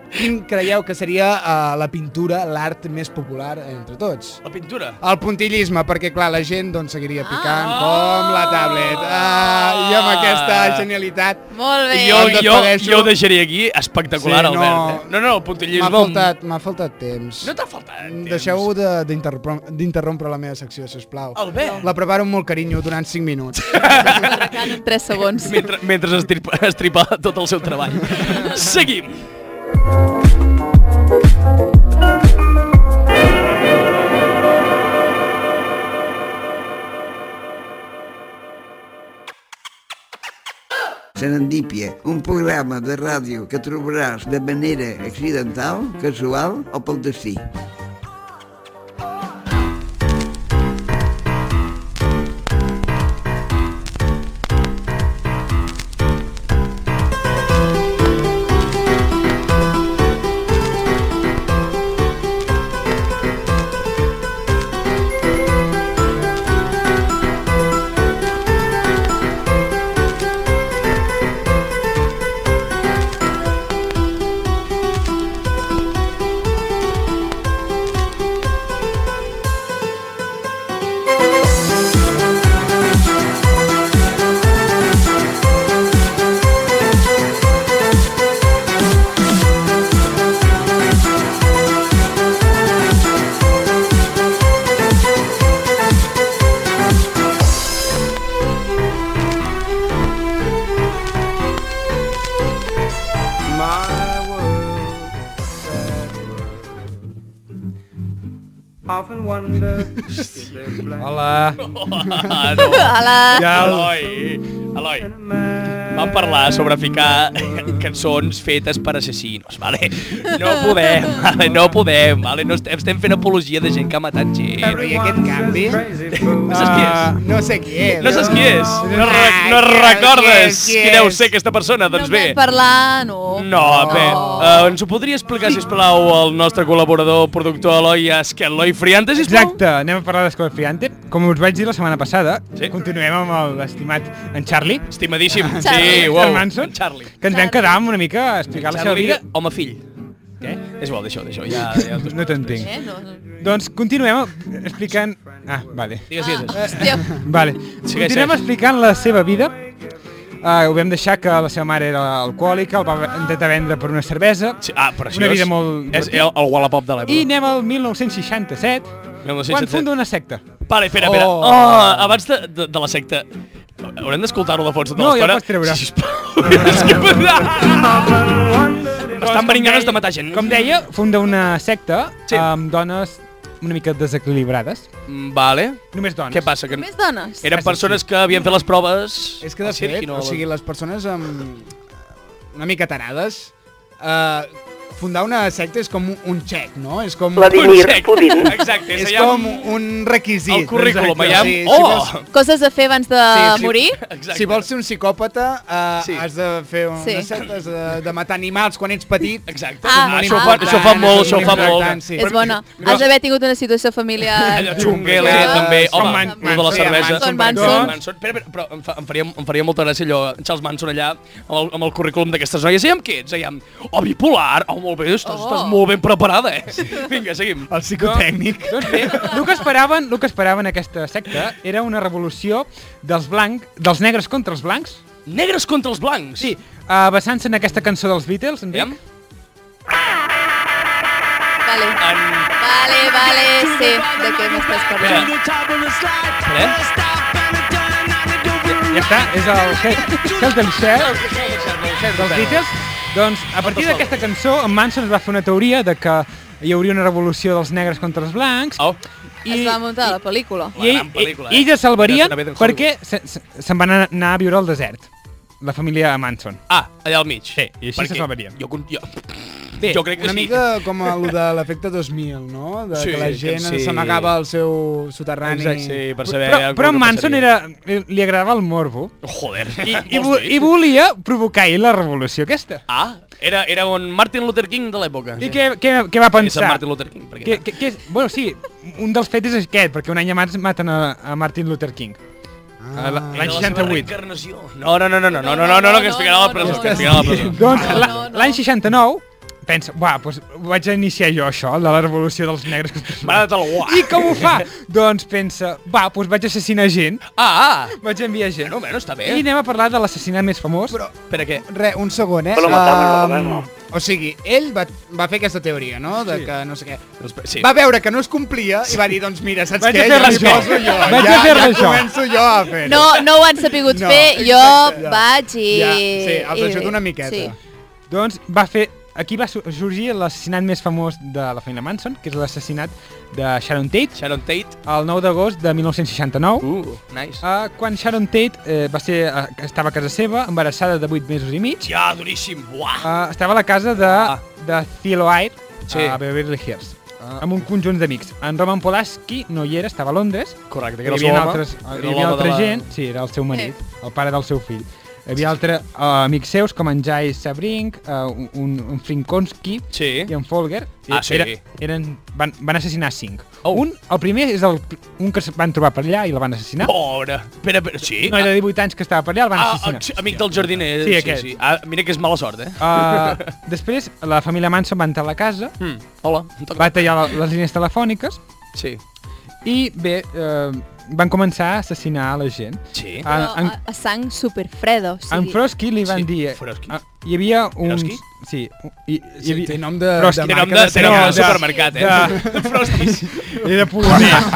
S3: Quin creieu que seria uh, la pintura, l'art més popular entre tots?
S1: La pintura.
S3: El puntillisme, perquè clar, la gent doncs, seguiria picant ah! com la tablet. Ah, I amb aquesta genialitat
S4: Molt bé.
S1: Jo,
S3: em
S1: jo,
S3: despedeixo.
S1: jo ho deixaria aquí, espectacular,
S3: Sí, no.
S1: Albert. eh? No, no, el puntillisme...
S3: m'ha faltat, Mm, m'ha faltat temps.
S1: No t'ha faltat temps.
S3: Deixeu de- d'interrompre d'interrompre la meva secció, si us plau.
S1: Albert.
S3: La preparo amb molt carinyo durant 5 minuts.
S4: Arrencant en 3 segons.
S1: Mentre, mentre estripa, estripa tot el seu treball. Seguim.
S2: Serendípia, un programa de ràdio que trobaràs de manera accidental, casual o pel destí.
S10: My world is sad Often wonder if there's black
S6: Hola.
S1: Ah, no.
S4: Hola.
S6: Ja el...
S1: Eloi, Eloi.
S10: man.
S1: Vam parlar sobre ficar cançons fetes per assassinos, vale? No podem, vale? No podem, vale? No estem, estem fent apologia de gent que ha matat gent.
S3: Però i aquest canvi?
S6: Ah,
S3: ah,
S1: No saps qui és? No
S3: No sé qui és. Ah,
S1: saps qui és? No, re no
S3: qui és,
S1: recordes
S3: qui és, qui
S1: qui deu
S3: és?
S1: ser aquesta persona?
S4: No
S1: Doncs bé,
S4: podem parlar, no.
S1: no, bé, uh, ens ho podria explicar, sisplau, el nostre col·laborador, productor Eloi Esqueloi Friantes, sisplau?
S6: Exacte, anem a parlar d'Escola Friante. Com us vaig dir la setmana passada,
S1: Sí.
S6: sí. continuem amb l'estimat en Charlie,
S1: Estimadíssim.
S4: Charlie.
S1: Sí, wow.
S6: Manson.
S1: Charlie.
S6: que ens vam quedar amb una mica a explicar la seva
S1: Charlie,
S6: vida.
S1: home fill.
S6: Què?
S1: És bo, deixa-ho, deixa-ho. Ja, ja
S6: No t'entenc.
S4: Eh? no. no.
S6: Doncs continuem explicant... Ah, vale.
S1: Digues,
S4: Ah,
S1: digues.
S4: hòstia.
S6: Vale.
S1: Segueix,
S6: Continuem
S1: segueix.
S6: explicant la seva vida. Uh, ho vam deixar que la seva mare era alcohòlica, el va intentar vendre per una cervesa.
S1: Sí, ah, preciós.
S6: Una vida molt
S1: És el, el Wallapop de l'època.
S6: I anem al 1967, quan
S1: 1967.
S6: funda una secta.
S1: Vale, espera, espera.
S6: Oh.
S1: Oh. oh abans de, de, de la secta, haurem d'escoltar-ho de fons tota
S6: No, ja
S1: l'estona.
S6: pots treure.
S1: Sisplau, és que... M'estan venint ganes de matar gent.
S6: Com deia, funda una secta
S1: Sí.
S6: amb dones una mica desequilibrades.
S1: Mm, Vale.
S6: Només dones.
S1: Què passa? Que
S4: Més dones.
S1: eren persones que havien fet les proves...
S3: És que de
S1: al circ
S3: fet,
S1: i no
S3: o
S1: a la-
S3: sigui, les persones amb... una mica tarades, eh, fundar una secta és com un- un xec, no? És com...
S5: Vladimir Putin.
S1: Exacte,
S3: És
S1: és allà
S3: com
S1: com...
S3: un requisit.
S1: el currículum.
S3: Exacte.
S1: Allà...
S3: Sí, si
S1: oh!
S3: vols-
S4: Coses a fer abans de
S3: Sí, sí.
S4: morir.
S1: Exacte.
S3: Si vols ser un psicòpata, eh,
S1: Sí.
S3: has de fer una
S4: Sí.
S3: secta, has de, de matar animals quan ets petit.
S1: Exacte.
S4: Ah,
S1: Ah,
S4: ah,
S1: això, fa, això fa
S3: important,
S1: molt,
S3: és
S1: això fa
S3: important,
S1: molt.
S3: sí.
S4: És bona. Has d'haver tingut una situació familiar...
S1: Allò xunguela,
S4: complicada.
S1: també.
S4: Són
S1: Home,
S4: Man-
S1: el de la
S4: Manson.
S1: cervesa.
S4: Manson,
S1: Charles
S4: Manson.
S1: Manson. Espera, espera, però em, fa, em, faria, em faria molta gràcia allò, en Charles Manson allà, amb el, amb el currículum d'aquestes noies. I amb què ets? Allà, amb, oh, bipolar, oh, molt bé, estàs,
S4: Oh.
S1: estàs molt ben preparada, eh? Vinga, seguim.
S3: El psicotècnic.
S6: Doncs bé, el que esperaven, el que esperaven aquesta secta era una revolució dels blancs, dels negres contra els blancs.
S1: Negres contra els blancs.
S6: Sí, Eh? uh, basant-se en aquesta cançó dels Beatles, en
S1: Aviam.
S6: dic.
S4: Vale,
S1: En...
S4: vale, vale, sé de què m'estàs
S1: Espera.
S4: parlant.
S1: Espera. eh?
S6: Ja està, és el Celta Liceu Eh? dels Beatles. Doncs a partir d'aquesta cançó, en Manson es va fer una teoria de que hi hauria una revolució dels negres contra els blancs.
S1: Au.
S4: Es va muntar la pel·lícula.
S1: La
S6: I,
S1: Oh, gran
S6: i,
S1: pel·lícula,
S6: i
S1: eh?
S6: ja salvarien
S1: Una vez en Hollywood.
S6: perquè se- se- se'n van anar a viure al desert, la família de Manson.
S1: Ah, allà al mig. Sí,
S6: i així se salvaríem.
S1: Jo, con- jo,
S6: Bé,
S1: jo crec que
S3: Una
S1: sí.
S3: mica com el de l'efecte 2000, no? De
S1: Sí,
S3: que la
S1: que
S3: gent
S1: sí.
S3: s'amagava al seu soterrani.
S1: Exacte, sí, per saber...
S6: Però, però
S1: el
S6: en
S1: que
S6: Manson
S1: passaria.
S6: era, li li agradava el morbo
S1: Joder.
S6: i, i,
S1: vols
S6: vo-
S1: dir?
S6: i volia provocar ell la revolució aquesta.
S1: Ah, era, era un Martin Luther King de l'època.
S6: I què, què, què va
S1: És en
S6: pensar?
S1: Martin Luther King. perquè-
S6: Que, que, que és, bueno, sí, un dels fets és aquest, perquè un any abans maten a, a Martin Luther King. Ah,
S1: Era
S6: L'any
S1: la seva
S6: 68.
S1: reencarnació. No, no, no, no, no, no, no, no, no, que ens ficaran a la presó,
S4: no,
S1: que ens
S4: no.
S1: ficaran a la presó.
S6: Doncs
S4: No,
S6: la-
S4: no, no.
S6: l'any 69 pensa, va, doncs vaig a iniciar jo això, la, la revolució dels negres.
S1: M'ha agradat el guà.
S6: I com ho fa? doncs pensa, va, doncs vaig assassinar gent,
S1: Ah, ah!
S6: vaig enviar gent.
S1: Bueno, bueno, està bé.
S6: I anem a parlar de l'assassinat més famós.
S3: Però,
S1: Per què?
S3: Re, un segon, eh?
S5: Però matàvem,
S3: Ehm,
S5: matàvem.
S3: o sigui, ell va, va fer aquesta teoria, no? De que no sé què.
S1: Sí.
S3: Va veure que no es complia i va dir, doncs mira, saps
S6: Vaig a
S3: què?
S6: fer-la
S3: m'hi
S6: jo.
S3: poso jo.
S6: Vaig a
S3: ja,
S6: fer-la
S3: ja
S6: jo.
S3: començo jo a fer.
S4: No, no ho han sabut
S3: No,
S4: fer, jo
S3: exacte, ja.
S4: vaig i...
S3: Ja, sí, els
S4: i-
S3: ajuda una miqueta.
S4: Sí.
S6: Doncs va fer... Aquí va su- sorgir l'assassinat més famós de la família Manson, que és l'assassinat de Sharon Tate,
S1: Sharon Tate.
S6: el 9 d'agost de 1969.
S1: Uh, nice.
S6: Uh, quan Sharon Tate eh, va ser, eh, que estava a casa seva, embarassada de 8 mesos i mig,
S1: Ja, duríssim. Buah.
S6: uh, estava a la casa de,
S1: Ah.
S6: de Thilo Air
S1: Sí. Ah.
S6: a Beverly Hills, amb un conjunt d'amics. En Roman Polanski no hi era, estava a Londres.
S1: Correcte,
S6: Hi havia altres, hi havia altra gent, sí, era el seu marit, el pare del seu fill. Hi havia altres uh, amics seus, com en Jai Sabrink, uh, un, un Frinkonski
S1: Sí.
S6: i en Folger.
S1: Ah, sí.
S6: Era, eren, van, van assassinar cinc.
S1: Oh.
S6: Un, el primer és el, un que es van trobar per allà i el van assassinar.
S1: Pobre. Espera, espera, sí.
S6: No, era de 18 anys que estava per allà, el van
S1: Ah,
S6: assassinar.
S1: ah, sí, amic del jardiner.
S6: Sí, aquest.
S1: Ah, mira que és mala sort, eh?
S6: Uh, després, la família Manson va entrar a la casa,
S1: Hmm. Hola, em toca.
S6: va tallar la- les línies telefòniques
S1: Sí.
S6: i, bé, uh, van començar a assassinar la gent.
S1: Sí.
S6: En,
S4: Però
S6: en,
S4: a, a sang superfreda, o
S6: en
S4: sigui...
S6: Frosky li van
S1: Sí,
S6: dir...
S1: Frosky.
S6: ah, hi havia uns...
S1: Frosky?
S6: Sí, u- hi, hi
S3: Sí,
S6: havia...
S3: té nom de,
S6: Però és
S3: de
S6: que
S1: Té
S3: marca
S1: nom de, té nom de
S6: de-
S1: supermercat, eh?
S6: de-
S1: Frostis.
S6: Era polonès.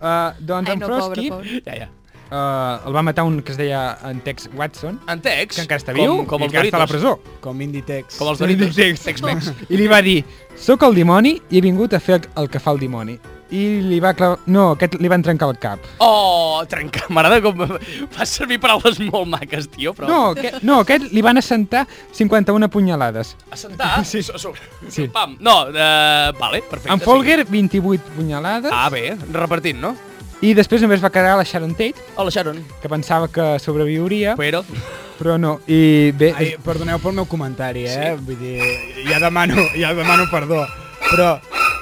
S6: uh, doncs
S4: Ai,
S6: en
S4: no, pobre,
S6: Frosky
S4: pobre.
S1: Ja, ja.
S6: uh, el va matar un que es deia en Tex Watson,
S1: En Tex,
S6: que encara està viu
S1: com, com
S6: i
S1: els
S6: encara està a la
S1: Doritos.
S6: presó.
S3: Com Inditex.
S1: Com els Doritos.
S6: Tex.
S1: Tex-Mex.
S6: I li va dir, sóc el dimoni i he vingut a fer el- el que fa el dimoni. I li va clavar... No, aquest li van trencar el cap.
S1: Oh, trencar, m'agrada com... Fas servir paraules molt maques, tio, però...
S6: No, aquest, no, aquest li van assentar 51 punyalades.
S1: Assentar? Sí. A sobre.
S6: Sí.
S1: Sí. Pam. No, uh, vale, perfecte.
S6: En Folger, 28 punyalades.
S1: Sí. Ah, bé, repartint, no?
S6: I després només va quedar la Sharon Tate,
S1: Hola, Sharon.
S6: que pensava que sobreviuria,
S1: Però...
S6: però no. I bé,
S3: Ai, perdoneu pel meu comentari, eh? Vull dir, ja demano, ja demano perdó. Però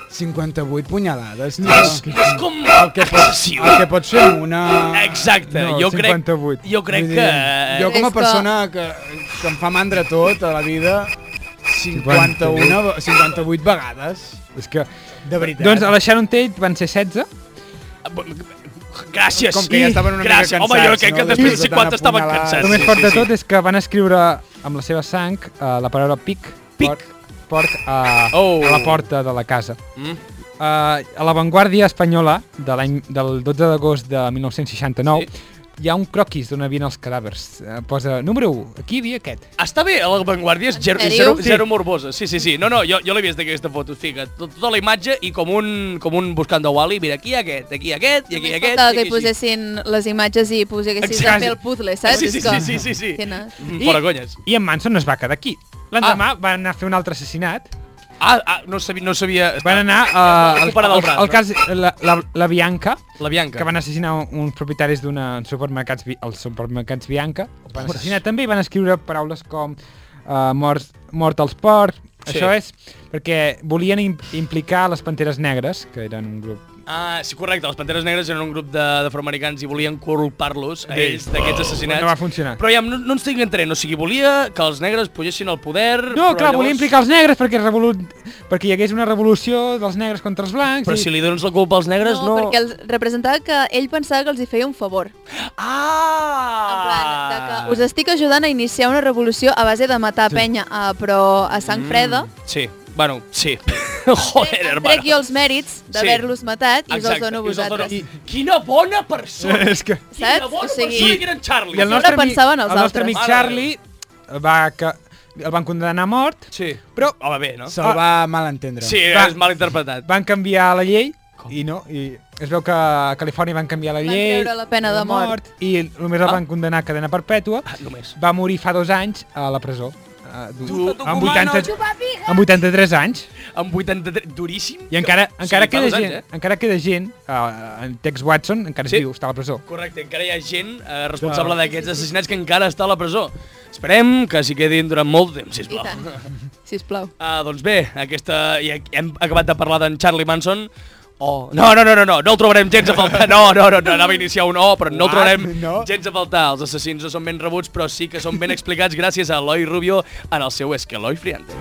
S3: 58 punyalades, tio.
S1: És com...
S3: El que, pots,
S1: Ah, Sí,
S3: el que pots fer amb una...
S1: Exacte,
S6: No,
S1: jo crec...
S6: 58.
S1: Jo crec
S3: Vull dir,
S1: que... eh,
S3: Jo com
S4: És
S3: a
S4: que-
S3: persona que, que em fa mandra tot a la vida, 51, 58 vegades,
S6: és que...
S3: de veritat.
S6: Doncs a la Sharon Tate van ser 16.
S1: Gràcies.
S3: Com que ja estaven una mica
S1: Gràcies. Home, jo
S3: cansats,
S1: crec
S3: no?
S1: que després de
S3: Després de
S1: 50
S3: tant
S1: estaven
S3: apunyalar.
S1: cansats.
S6: El més
S1: Ah, sí,
S6: fort
S1: sí,
S6: de
S1: sí.
S6: tot és que van escriure amb la seva sang eh, la paraula pic,
S1: Pic.
S6: porc, porc a,
S1: Oh.
S6: a la porta de la casa.
S1: Mm.
S6: eh, a l'avantguàrdia espanyola de l'any del 12 d'agost de 1969 sí. hi ha un croquis d'on havien els cadàvers. Eh, posa número 1, aquí hi havia aquest.
S1: Està bé, a l'avantguàrdia és zero,
S6: sèrio?
S1: zero,
S6: Sí.
S1: zero morbosa. Sí, sí, sí. No, no, jo, jo l'he vist d'aquesta foto. Fica tot- tota la imatge i com un, com un buscant de Wall-E, mira, aquí hi ha aquest, aquí hi ha aquest, i aquí hi ha aquest.
S4: Faltava
S1: i
S4: que
S1: aquí
S4: hi
S1: així.
S4: posessin les imatges i poguessis
S1: Exacte.
S4: fer el puzzle, saps?
S1: Sí,
S4: És
S1: sí, sí,
S4: que-
S1: sí, sí, sí.
S4: Quina-
S1: Mm, Fora conyes.
S6: I en Manson es va quedar aquí. L'endemà ah. van anar a fer un altre assassinat.
S1: Ah, ah no sabia... No sabia
S6: Van anar a... el,
S1: Recuperar del
S6: el,
S1: braç, eh?
S6: el
S1: no?
S6: cas, la, la, la Bianca,
S1: La Bianca.
S6: que van assassinar uns propietaris d'una supermercats, Bi- els supermercats Bianca. El van
S1: Pobres.
S6: assassinar també i van escriure paraules com uh, morts, mort als porcs.
S1: Sí.
S6: Sí. Això és perquè volien im implicar les Panteres Negres, que eren un grup...
S1: Ah, sí, correcte. Les Panteres Negres eren un grup de- d'afroamericans i volien culpar-los a ells d'aquests assassinats.
S6: No va funcionar.
S1: Però ja, no, no ens tinc entenent. O sigui, volia que els negres pugessin al poder...
S6: No,
S1: però
S6: clar,
S1: llavors...
S6: volia implicar els negres perquè, revolu... perquè hi hagués una revolució dels negres contra els blancs.
S1: Però
S6: i-
S1: si li dones la culpa als negres,
S4: No,
S1: no...
S4: perquè el, representava que ell pensava que els hi feia un favor.
S1: Ah!
S4: En plan, de que us estic ajudant a iniciar una revolució a base de matar sí. penya, uh, però a sang mm. freda.
S1: Sí, bueno, sí. Joder,
S4: Trec
S1: hermano.
S4: jo els mèrits d'haver-los matat i us els
S1: Exacte,
S4: dono
S1: i
S4: a
S1: us els dono.
S4: vosaltres.
S1: I- Quina bona persona!
S6: És que-
S1: Quina
S4: Saps?
S1: bona
S4: O sigui-
S1: persona que era en Charlie!
S6: I el nostre, amic,
S4: pensava en els
S6: el nostre
S4: altres.
S6: amic
S4: Mare
S6: Charlie va que el van condenar a mort,
S1: Sí.
S6: però
S1: Home, bé, no?
S3: Se'l va mal entendre.
S1: Ah, Sí,
S6: Va.
S1: és mal interpretat.
S6: van canviar la llei i no, i es veu que a Califòrnia van canviar la
S4: Van
S6: llei.
S4: treure la pena de mort.
S6: I només el
S1: Ah.
S6: van condenar a cadena perpètua.
S1: Ah, només.
S6: Va morir fa dos anys a la presó. eh, du-
S1: Tu,
S6: amb,
S1: tu,
S6: 80, amb 83 anys.
S1: Amb 83... Duríssim.
S6: I encara,
S1: O sigui,
S6: encara,
S1: fa
S6: queda
S1: dos anys,
S6: gent,
S1: eh?
S6: encara queda gent, eh, en Tex Watson encara
S1: Sí.
S6: es viu, està a la presó.
S1: Correcte, encara hi ha gent eh, responsable d'aquests assassinats que encara està a la presó. Esperem que s'hi quedin durant molt de temps,
S4: I
S1: sisplau.
S4: tant, sisplau.
S1: Ah, doncs bé, aquesta... I aquí hem acabat de parlar d'en Charlie Manson. Oh, no, no, no, no, no, no el trobarem gens a faltar. No, no, no, no anava a iniciar un O, però no el
S3: What?
S1: trobarem
S3: No?
S1: gens a faltar. Els assassins no són ben rebuts, però sí que són ben explicats gràcies a Eloi Rubio en el seu Esqueloi Friante.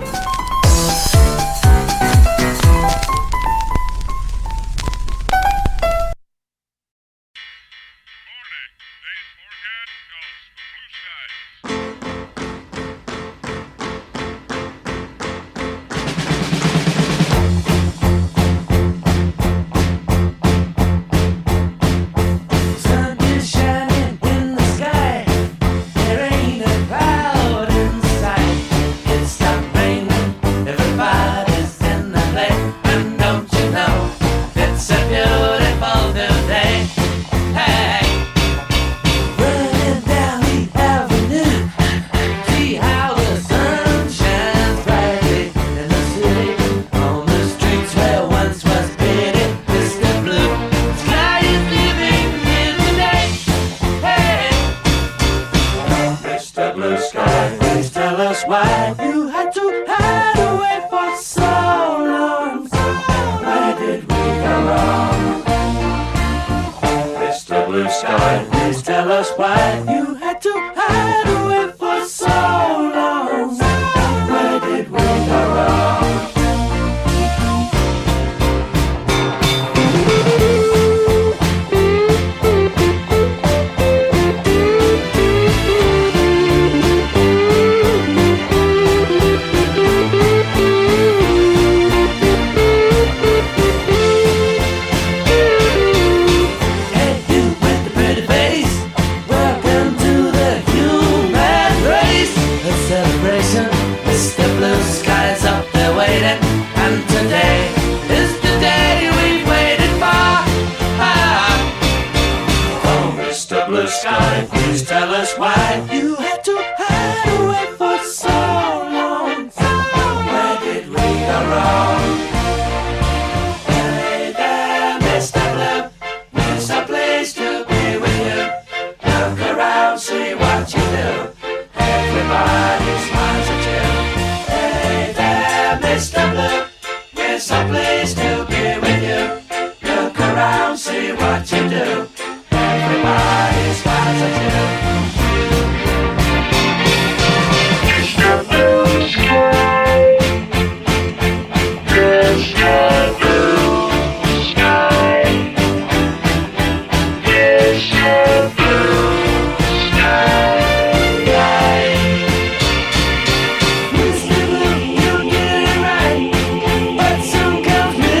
S11: Oh,
S5: But soon comes Mr.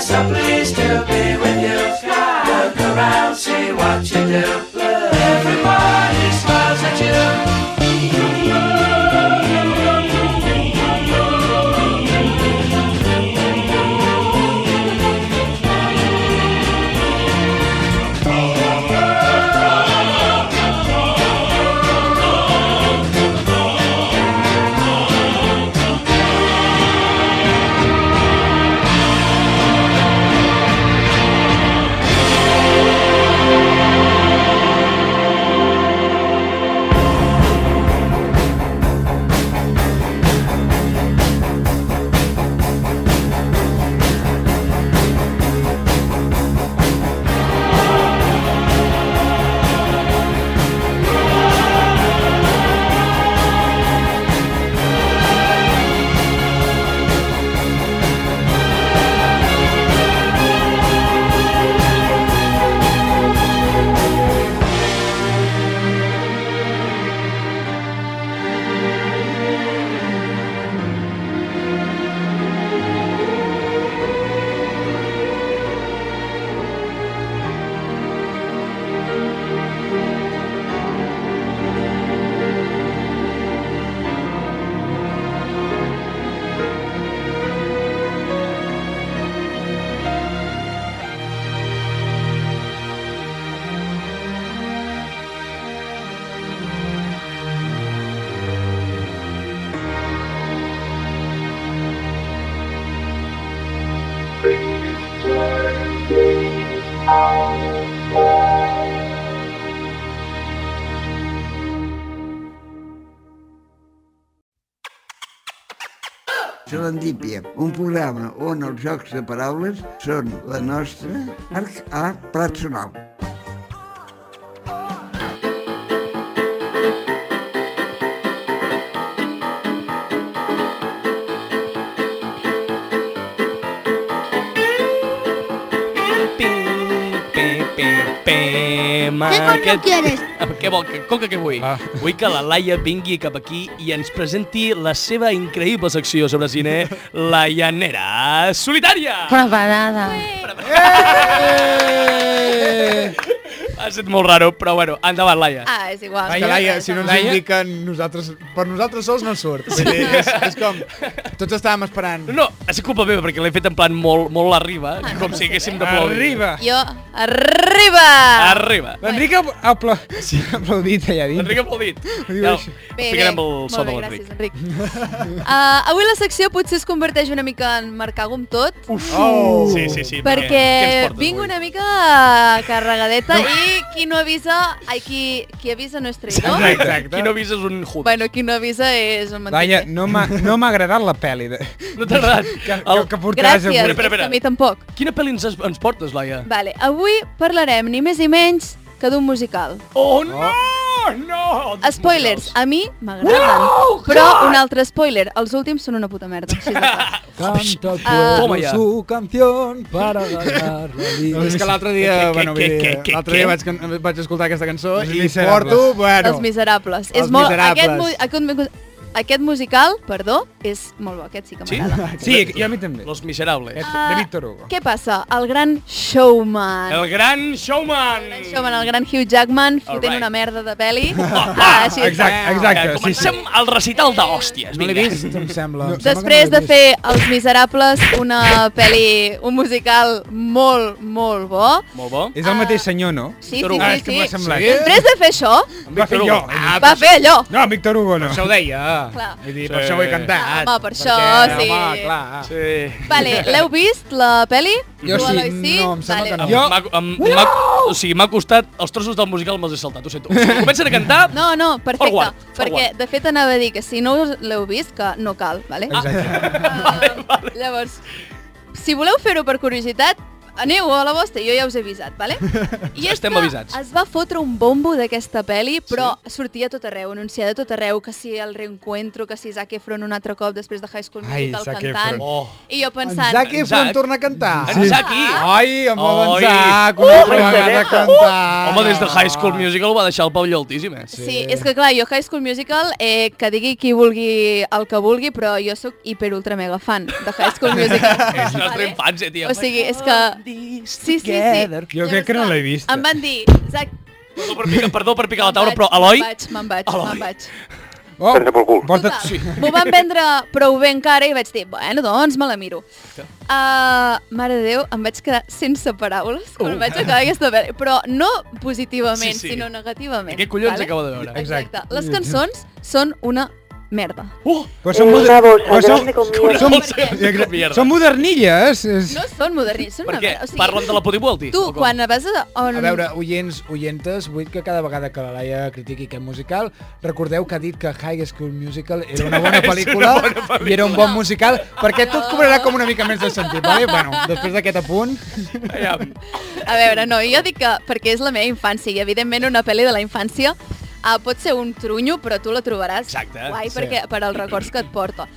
S11: so pleased to be with you. Look around, see what you do. Everybody smiles at you.
S2: Serendípia, un programa on els jocs de paraules són la nostra arc a Prat Sonal.
S1: Pema, què quieres? Què vol? Que, coca que vull? Ah. Vull que la Laia vingui cap aquí i ens presenti la seva increïble secció sobre cine, La Llanera Solitària.
S12: Preparada.
S1: Ha estat molt raro, però bueno, endavant, Laia.
S4: Ah, és igual.
S3: És que Laia, si no ens
S1: Laia?
S3: indiquen nosaltres, per nosaltres sols no surt. Vull dir, és, és com, tots estàvem esperant.
S1: No, és culpa meva, perquè l'he fet en plan molt, molt arriba, com si haguéssim de ploure.
S6: Arriba.
S4: Jo, arriba!
S1: Arriba.
S6: L'Enric ha apla... sí, ha aplaudit allà dins.
S1: L'Enric ha aplaudit.
S6: Diu
S1: Ja,
S6: així.
S4: Bé, bé.
S1: Ficarem el so
S4: Molt
S1: de
S4: bé,
S1: l'Enric.
S4: gràcies, Enric. Uh, avui la secció potser es converteix una mica en marcar gom tot. Uf.
S1: Oh. Sí, sí, sí, perquè
S4: Perquè
S1: què ens portes
S4: vinc
S1: avui?
S4: una mica carregadeta i qui no avisa, ai, qui, qui avisa no és traïdor.
S1: Qui no avisa és un jut.
S4: Bueno, qui no avisa és un mentider.
S6: Laia, no m'ha no m'ha agradat la pel·li. De...
S1: No t'ha agradat?
S6: Que, que, que portaràs
S4: Gràcies,
S6: avui.
S4: és que a mi tampoc.
S1: Quina pel·li ens, ens portes, Laia?
S4: Vale, avui parlarem ni més ni menys que d'un musical.
S1: Oh, no! No!
S4: Spoilers, a mi m'agraden.
S1: No,
S4: però
S1: God!
S4: un altre spoiler, els últims són una puta merda. Així
S13: Canta
S4: de clar.
S13: el
S4: Ah.
S13: pueblo
S4: Toma ya.
S13: su canción para ganar la vida.
S3: No, és que l'altre dia,
S13: Què, què, què,
S3: bueno, vull dir,
S13: què, què,
S3: l'altre dia
S13: què?
S3: vaig, can- vaig escoltar aquesta cançó
S13: Els
S3: i
S13: Miserables.
S3: porto, bueno...
S4: els miserables.
S3: Els
S4: és molt,
S3: Miserables.
S4: Aquest, mu aquest, mu- aquest musical, perdó, és molt bo, aquest sí que
S1: Sí?
S4: m'agrada.
S1: Sí, i a mi també. Los Miserables.
S4: Ah. de Víctor
S1: Hugo.
S4: Què passa? El gran showman.
S1: El gran showman!
S4: El showman, el gran Hugh Jackman, fotent
S1: Alright.
S4: una merda de pel·li. ah, així és.
S1: Que Comencem sí, sí. el recital d'hòsties.
S3: No l'he
S1: vinga.
S3: vist, em sembla. No,
S4: Després de fer Els Miserables, una pel·li, un musical molt, molt bo.
S1: Molt bo.
S6: És el mateix senyor, no?
S4: Ah. Sí, sí,
S6: Ah,
S4: sí,
S6: és que
S4: sí.
S6: m'ha semblat.
S4: Després de fer això,
S6: Va fer allò.
S4: Ah,
S1: doncs
S4: va fer allò.
S6: No, Víctor Hugo no.
S3: Per això ho deia.
S4: Clar. Ah,
S3: Vull dir, per això ho he cantat.
S4: Home, per això, sí.
S3: Home, clar.
S1: Sí.
S4: Vale, l'heu vist, la pel·li?
S1: Jo
S4: Tu,
S1: sí.
S4: Eloi, sí?
S1: No,
S4: em sembla vale.
S1: Jo... M'ha em, m'ha- o sigui, m'ha costat els trossos del musical me'ls he saltat, ho sento. Si comencen a cantar...
S4: No, no, perfecte.
S1: All guard, all
S4: perquè,
S1: guard.
S4: de fet, anava a dir que si no us l'heu vist, que no cal, vale?
S1: Exacte.
S4: Ah, vale, vale. Llavors, si voleu fer-ho per curiositat, aneu a la vostra, jo ja us he avisat, vale? I és
S1: Estem
S4: que
S1: avisats.
S4: Es va fotre un bombo d'aquesta pel·li, però sí? sortia a tot arreu, anunciada a tot arreu, que si el reencuentro, que si Zac Efron un altre cop després de High School
S3: Ai,
S4: Musical
S3: Zac
S4: cantant.
S3: Efron. Oh.
S4: I jo
S3: En
S4: pensant...
S3: Zac Efron torna a cantar.
S1: En Zaki!
S3: Ai, amb el
S1: Oi.
S3: Zac, una altra vegada a
S6: Uh!
S3: cantar.
S1: Home, des de High School Musical ho va deixar el pavelló altíssim, eh?
S4: Sí, és que clar, jo High School Musical, eh, que digui qui vulgui el que vulgui, però jo sóc hiper ultra mega fan de High School Musical.
S1: És la nostra infància, tia.
S4: O sigui, és que... Sí, sí, sí.
S6: Jo crec que no l'he vist.
S4: Em van dir, Zac,
S1: Perdó per picar, perdó per picar la taula,
S4: vaig,
S1: però Eloi...
S4: Me'n vaig, me'n vaig, me'n vaig.
S6: Oh, vols de...
S1: Sí.
S4: M'ho van vendre prou bé encara i vaig dir, bueno, doncs me la miro. Uh, mare de Déu, em vaig quedar sense paraules quan
S1: Uh.
S4: vaig acabar aquesta pel·li, però no
S1: Sí, sí.
S4: positivament, sí, sí. sinó negativament.
S1: Què collons acabo de veure?
S4: Exacte. Les cançons són una merda.
S1: Uh!
S6: Però som moder- però
S3: pues
S6: som- som-
S1: grande com mierda.
S6: Som modernilles. és-
S4: No són modernistes, són una
S1: Què?
S4: merda. O sigui,
S1: Parlen de la Putipuelti?
S4: tu, quan vas a... On...
S12: A veure, oients, oientes, vull que cada vegada que la Laia critiqui aquest musical, recordeu que ha dit que High School Musical era una bona
S3: És una
S12: pel·lícula,
S3: bona pel·lícula.
S12: i era un bon musical, perquè tot cobrarà com una mica més de sentit, vale? Bueno, després d'aquest apunt...
S4: A veure, no, jo dic que perquè és la meva infància i evidentment una pel·li de la infància uh, pot ser un trunyo, però tu la trobaràs Exacte, guai
S14: sí.
S4: perquè, per als records que et porta.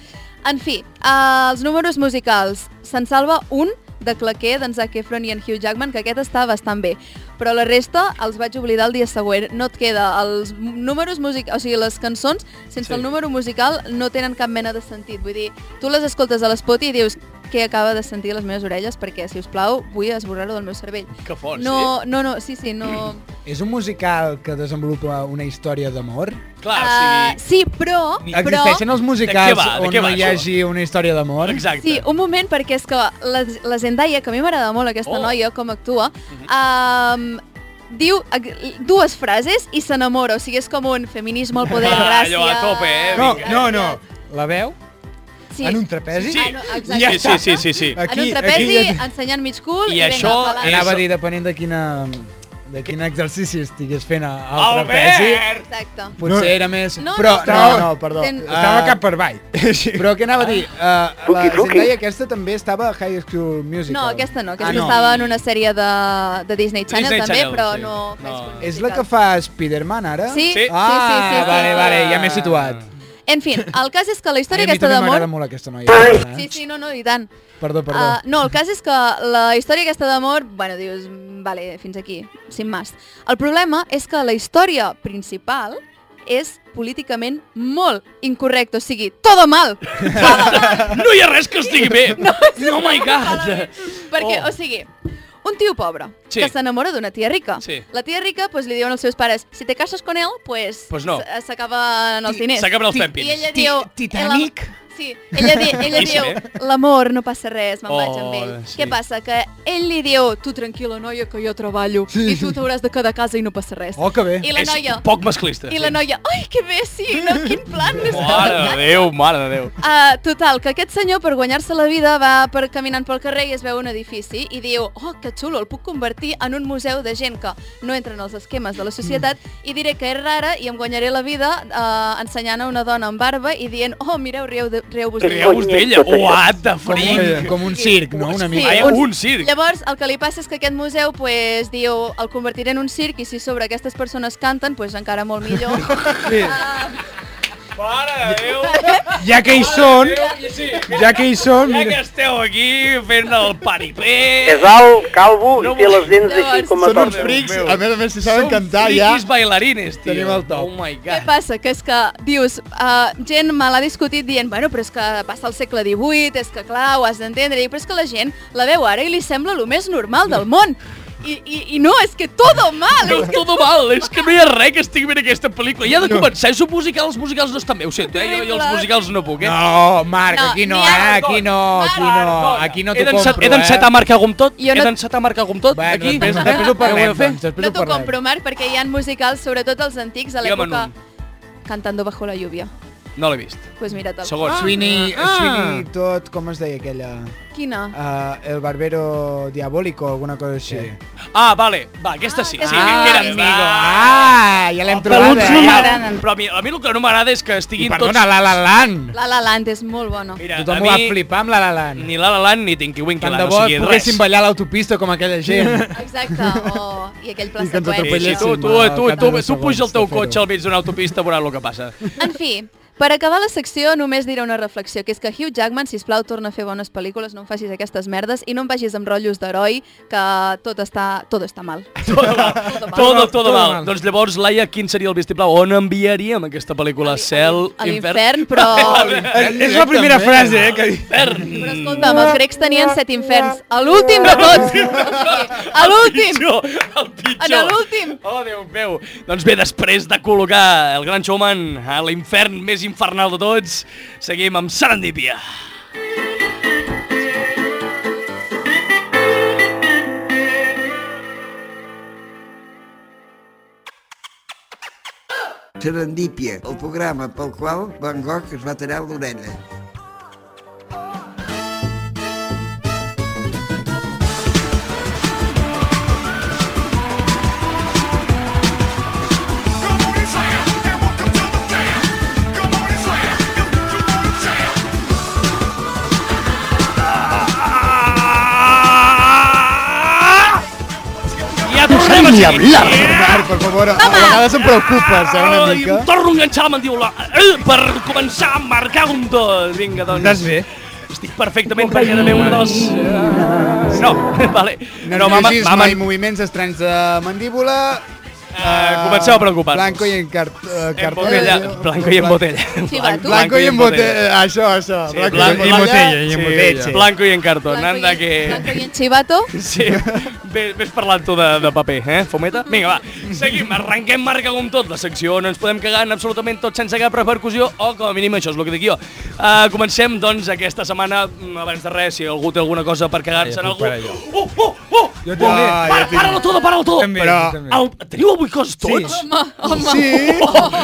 S4: En fi, uh, els números musicals. Se'n salva un de claquer d'en Zac Efron i en Hugh Jackman, que aquest està bastant bé. Però la resta els vaig oblidar el dia següent. No et queda. Els m- números musicals, o sigui, les cançons, sense
S14: Sí.
S4: sí. el número musical, no tenen cap mena de sentit. Vull dir, tu les escoltes a l'espoti i dius què acaba de sentir a les meves orelles, perquè, si us plau, vull esborrar-ho del meu cervell.
S1: Que fort,
S4: No, no, no, sí, sí, no...
S12: És un musical que desenvolupa una història d'amor?
S1: Clar,
S4: Ah, sí, però... però...
S12: Existeixen els musicals on no hi hagi una història d'amor?
S1: Exacte.
S4: Sí, un moment, perquè és que la, la Zendaya, que a mi m'agrada molt aquesta oh. noia, com actua, um, diu ex- dues frases i s'enamora, o sigui, és com un feminisme al poder,
S6: Ah,
S4: gràcies.
S6: allò a tope, eh,
S4: No,
S6: vinga. No, no, no. La veu?
S4: Sí.
S6: En un trapezi?
S4: Sí. Ah, no, exacte.
S6: Ja
S4: Sí,
S6: està.
S1: sí, sí, sí.
S4: en un trapezi, aquí, ensenyant mig cul, i, vinga, pelant.
S12: Anava a dir, depenent de quina de quin exercici estigués fent a- al
S4: Albert!
S12: trapezi.
S4: Exacte.
S12: Potser no. era més...
S4: No,
S12: però,
S4: no,
S12: no,
S4: no.
S12: no, perdó.
S4: Ten-
S6: Estava cap per avall.
S12: Però què anava a dir? Uh, la Zendaya aquesta també estava a High School Musical.
S4: No, aquesta no, aquesta ah, no. estava en una sèrie de, de Disney Channel
S12: Disney
S4: també,
S12: Channel,
S4: però
S12: sí.
S4: no...
S12: No. És la que fa Spider-Man ara?
S4: Sí, sí, sí,
S12: Ah,
S4: sí, sí, sí.
S12: vale, vale, ja m'he situat.
S4: En fi, el cas és que la
S12: Ai,
S4: història
S12: a mi
S4: aquesta
S12: també
S4: d'amor...
S12: m'agrada molt aquesta noia. eh?
S4: Sí, sí, no, no, i tant.
S12: Perdó, perdó.
S4: Ah, no, el cas és que la història aquesta d'amor, bueno, dius, "Mm, vale, fins aquí, sin más. El problema és que la història principal és políticament molt incorrecta, o sigui, todo mal.
S1: No hi ha res que estigui bé. No, oh my god.
S4: Perquè, oh. o sigui, un tio pobre
S1: Sí.
S4: que s'enamora d'una tia rica.
S1: Sí.
S4: La tia rica pues, li diuen als seus pares, si te cases con él, pues,
S1: Pues no.
S4: s- s'acaben els
S1: Ti-
S4: diners.
S1: s'acaben els
S4: Ti-
S1: pèmpins.
S4: I ella
S1: Ti-
S4: diu...
S1: Titanic.
S4: "El am-" Sí, ella, di ella
S1: Boníssim,
S4: diu,
S1: eh?
S4: l'amor, no passa res, me'n
S1: Oh,
S4: vaig amb ell.
S1: sí.
S4: Què passa? Que ell li diu, tu tranquil·la, noia, que jo treballo, i tu t'hauràs de quedar a casa i no passa res.
S1: Oh, que bé.
S4: I la
S1: És
S4: noia...
S1: poc masclista,
S4: I la
S1: sí.
S4: noia, ai, que bé, sí, no, quin plan, no està
S1: Mare de Déu, mare de Déu.
S4: Uh, total, que aquest senyor per guanyar-se la vida va per caminant pel carrer i es veu un edifici i diu, oh, que xulo, el puc convertir en un museu de gent que no entra en els esquemes de la societat i diré que és rara i em guanyaré la vida uh, ensenyant a una dona amb barba i dient, oh, mireu, rieu de- rieu-vos d'ella.
S1: Rieu-vos d'ella. What the
S12: Com un-
S1: freak.
S12: Com un circ, no? Una mica.
S1: Ai, un circ.
S4: Llavors, el que li passa és que aquest museu pues, diu, el convertiré en un circ i si sobre aquestes persones canten, pues, encara molt millor. Eh,
S6: Sí.
S1: Mare de Déu.
S6: Ja que hi són, ja que hi són,
S1: Ja
S6: mira...
S1: que esteu aquí fent el paripé...
S15: És alt, calvo i té les dents així com a
S3: Són uns
S15: torta.
S3: frics, a més a més, si saben cantar ja...
S1: Friquis bailarines, tio.
S3: Tenim el top.
S1: Oh my
S4: Què
S1: god.
S4: passa? Que és que dius, uh, gent me l'ha discutit dient, bueno, però és que passa el segle XVIII, és que clar, ho has d'entendre, i però és que la gent la veu ara i li sembla el més normal del món. I, i, i no, és que todo mal.
S1: No,
S4: és que
S1: todo mal, és que no hi ha res que estigui bé en aquesta pel·lícula. Ja de començar, és un musical, els musicals no estan bé, ho sento, eh? Jo, jo els musicals no puc, eh?
S12: No, Marc, aquí no,
S1: ni
S12: eh?
S1: ara,
S12: Aquí no, aquí no, aquí no
S1: He
S12: t'ho
S1: d'encet-
S12: compro,
S1: he d'encetar
S12: eh?
S1: a marcar com tot, he d'encetar a marcar com tot,
S12: Bueno,
S1: aquí.
S12: després-
S1: eh?
S12: després ho parlem,
S1: Què voleu fer?
S12: doncs, després
S4: No t'ho compro, Marc, perquè hi ha musicals, sobretot els antics, a
S1: Digue'm en
S4: l'època... Cantando bajo la lluvia.
S1: No l'he vist.
S4: Pues mira-te'l.
S1: Segon.
S3: Sweeney,
S1: Ah.
S3: Sweeney tot, com es deia aquella?
S4: Quina?
S12: Ah,
S3: Uh, el barbero diabólico, alguna cosa així.
S1: Ah, vale. Va, aquesta sí. sí,
S3: Ah,
S1: que era
S3: amigo.
S1: amigo. eh?
S3: Ah, ja l'hem trobat.
S1: Peluts
S3: eh?
S1: no m'agraden. Però a mi, a mi el que no m'agrada és que estiguin tots...
S3: perdona, La La Land.
S4: La La Land és molt bona.
S1: Mira,
S3: Tothom
S1: a mi-
S3: ho va flipar amb La La Land.
S1: Ni La La Land ni Tinky Winky
S3: Tant
S1: Land, o
S3: de bo
S1: sigui,
S3: poguéssim
S1: res.
S3: ballar a l'autopista com aquella gent.
S4: Exacte, oh, i aquell
S3: I que ens
S4: plaça
S1: Sí, sí, tu, tu,
S3: al
S1: tu,
S3: cap
S1: tu,
S3: de
S1: tu
S3: segons
S1: puja el
S3: de
S1: teu
S3: fer-ho.
S1: cotxe al mig d'una autopista, veuràs el que passa.
S4: En fi, per acabar la secció només diré una reflexió, que és que Hugh Jackman, si plau torna a fer bones pel·lícules, no em facis aquestes merdes i no em vagis amb rotllos d'heroi, que tot està, tot està mal.
S1: Todo, todo mal. Doncs llavors, Laia, quin seria el vistiplau? On enviaríem aquesta pel·lícula? Cel,
S4: A
S1: infern?
S4: l'infern, però...
S6: eh? És la primera frase, eh, que dic.
S4: Escolta'm, els grecs tenien set inferns. A l'últim de tots! A l'últim! En l'últim!
S1: Oh, Déu meu! Doncs bé, després de col·locar el gran showman a l'infern més infernal de tots, seguim amb Serendipia.
S2: Serendípia, el programa pel qual Van Gogh es va tallar l'orella.
S3: Ah!
S1: Ja
S16: tornem a ser aquí.
S3: Robert, per favor, a vegades em preocupes, eh, una
S1: Ai,
S3: mica.
S1: em torno a enganxar la mandíbula eh, per començar a marcar un dos. Vinga, doncs. Estàs
S6: bé?
S1: Estic perfectament perquè ara ve una de les... No, vale.
S3: No, no
S1: m'ha- m'ha-
S3: i moviments estranys de mandíbula.
S1: Eh, comenceu a preocupar-vos.
S3: Blanco i en car eh,
S1: botella. Blanco i en botella.
S4: Sí, va, tu.
S3: Blanco i en botella. Això, això.
S1: Sí,
S3: Blanco
S1: blanc-
S3: en botella.
S1: sí,
S3: Sí.
S1: Blanco i en cartó. Nanda,
S4: Blanco
S1: que...
S4: i en Chivato.
S1: Sí, ves, ves parlant tu de, de paper, eh, fumeta? Vinga, va, seguim, arrenquem marca com tot. La secció no ens podem cagar en absolutament tot sense cap repercussió, o com a mínim això és el que dic jo. Uh, comencem, doncs, aquesta setmana, mm, abans de res, si algú té alguna cosa per cagar-se en algú... Oh, oh, oh!
S6: Jo
S1: Oh,
S6: Ah,
S1: para, para-lo todo, para-lo todo!
S6: També, jo també.
S1: el, teniu avui coses tots?
S4: Home, home,
S3: Sí.
S4: home.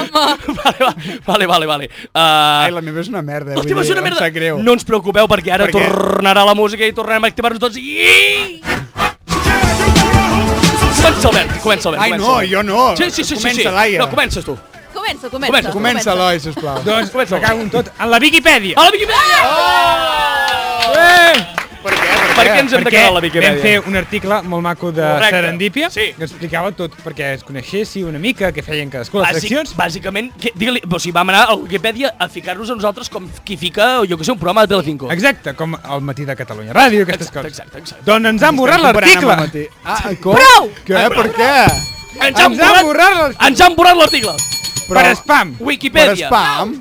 S1: Vale, vale, vale. Uh,
S3: Ai, Eh, la meva és una merda. vull
S1: L'última és
S3: dir,
S1: una
S3: em
S1: merda.
S3: sap greu.
S1: No ens preocupeu perquè ara
S3: Perquè-
S1: tornarà la música i tornarem a activar-nos tots i... Comença, Albert, comença, Albert.
S3: Ai,
S1: comença,
S3: no,
S1: Albert.
S3: jo no.
S1: Sí, sí, sí. sí,
S3: Comença,
S1: sí.
S3: Laia.
S1: No, comences tu.
S4: Comença, comença.
S3: Eloi, sisplau.
S6: Doncs comença, cago en tot. En la Viquipèdia.
S1: A la Viquipèdia!
S6: Oh! Eh!
S1: Per què ens hem de quedar a la Viquipèdia?
S6: Vam fer un article molt maco de
S1: Correcte.
S6: Serendípia sí. que explicava tot perquè es coneixessi una mica, què feien cadascú les
S1: Bàsic,
S6: seccions.
S1: bàsicament, que, digue-li, o sigui, vam anar a la Wikipedia a ficar-nos a nosaltres com qui fica, jo que sé, un programa de Telecinco.
S6: Exacte, com el matí de Catalunya Ràdio, aquestes exacte, coses.
S1: Exacte, exacte.
S6: Doncs ens han borrat
S3: Estem comparant amb el
S6: l'article.
S3: matí. Ah, com? Prou! Què? Per què?
S1: Ens han borrat l'article. Ens han borrat l'article.
S6: Per spam.
S1: Wikipedia.
S6: Per spam.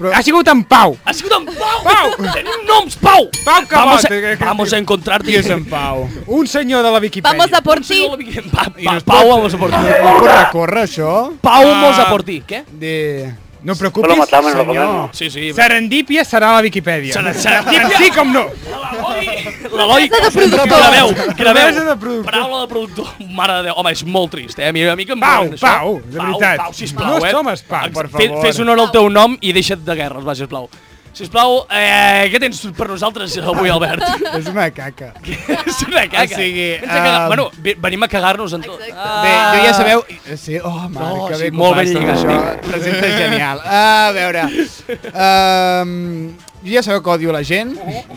S6: Però... Ha sigut en Pau.
S1: Ha sigut en Pau! Pau! Tenim noms, Pau!
S6: Pau Cabot.
S1: Vamos a, vamos a encontrar-te.
S6: Dios en Pau. Un senyor de la Viquipèdia.
S4: Vamos a por ti.
S1: Pa, Pau, vamos a por ti.
S3: No pot recórrer, això?
S1: Pau,
S6: Ah.
S1: vamos a por ti. Què?
S3: De...
S6: No et preocupis,
S3: Hola, matame, no
S6: senyor.
S3: comem.
S1: Sí, sí.
S6: Serendípia serà la Viquipèdia.
S1: Seren- serendípia?
S6: Sí, com no.
S1: L'Eloi,
S6: Promesa de productor.
S1: graveu, graveu.
S6: Promesa de productor.
S1: Paraula de productor. Mare de Déu, home, és molt trist, eh? A mi, a mi que em
S6: Pau,
S1: donen això.
S6: Pau, de veritat.
S1: Pau, sisplau,
S6: No
S1: eh?
S6: som spam, per
S1: Fe-
S6: favor.
S1: Fes honor al teu nom i deixa't de guerres, va, sisplau. Sisplau, eh, què tens per nosaltres avui, Albert?
S3: És una caca.
S1: és una caca.
S3: O sigui,
S1: Vens a cagar-
S3: um,
S1: Bueno, ve- venim a cagar-nos en tot. Ah.
S3: Bé, jo ja sabeu... Sí, oh, mare,
S1: No,
S3: que
S1: sí,
S3: bé
S1: molt ben
S3: vas, tot
S1: lligat, eh?
S3: Això
S1: Vic.
S3: presenta genial. A veure... Um, jo ja sabeu que odio la gent,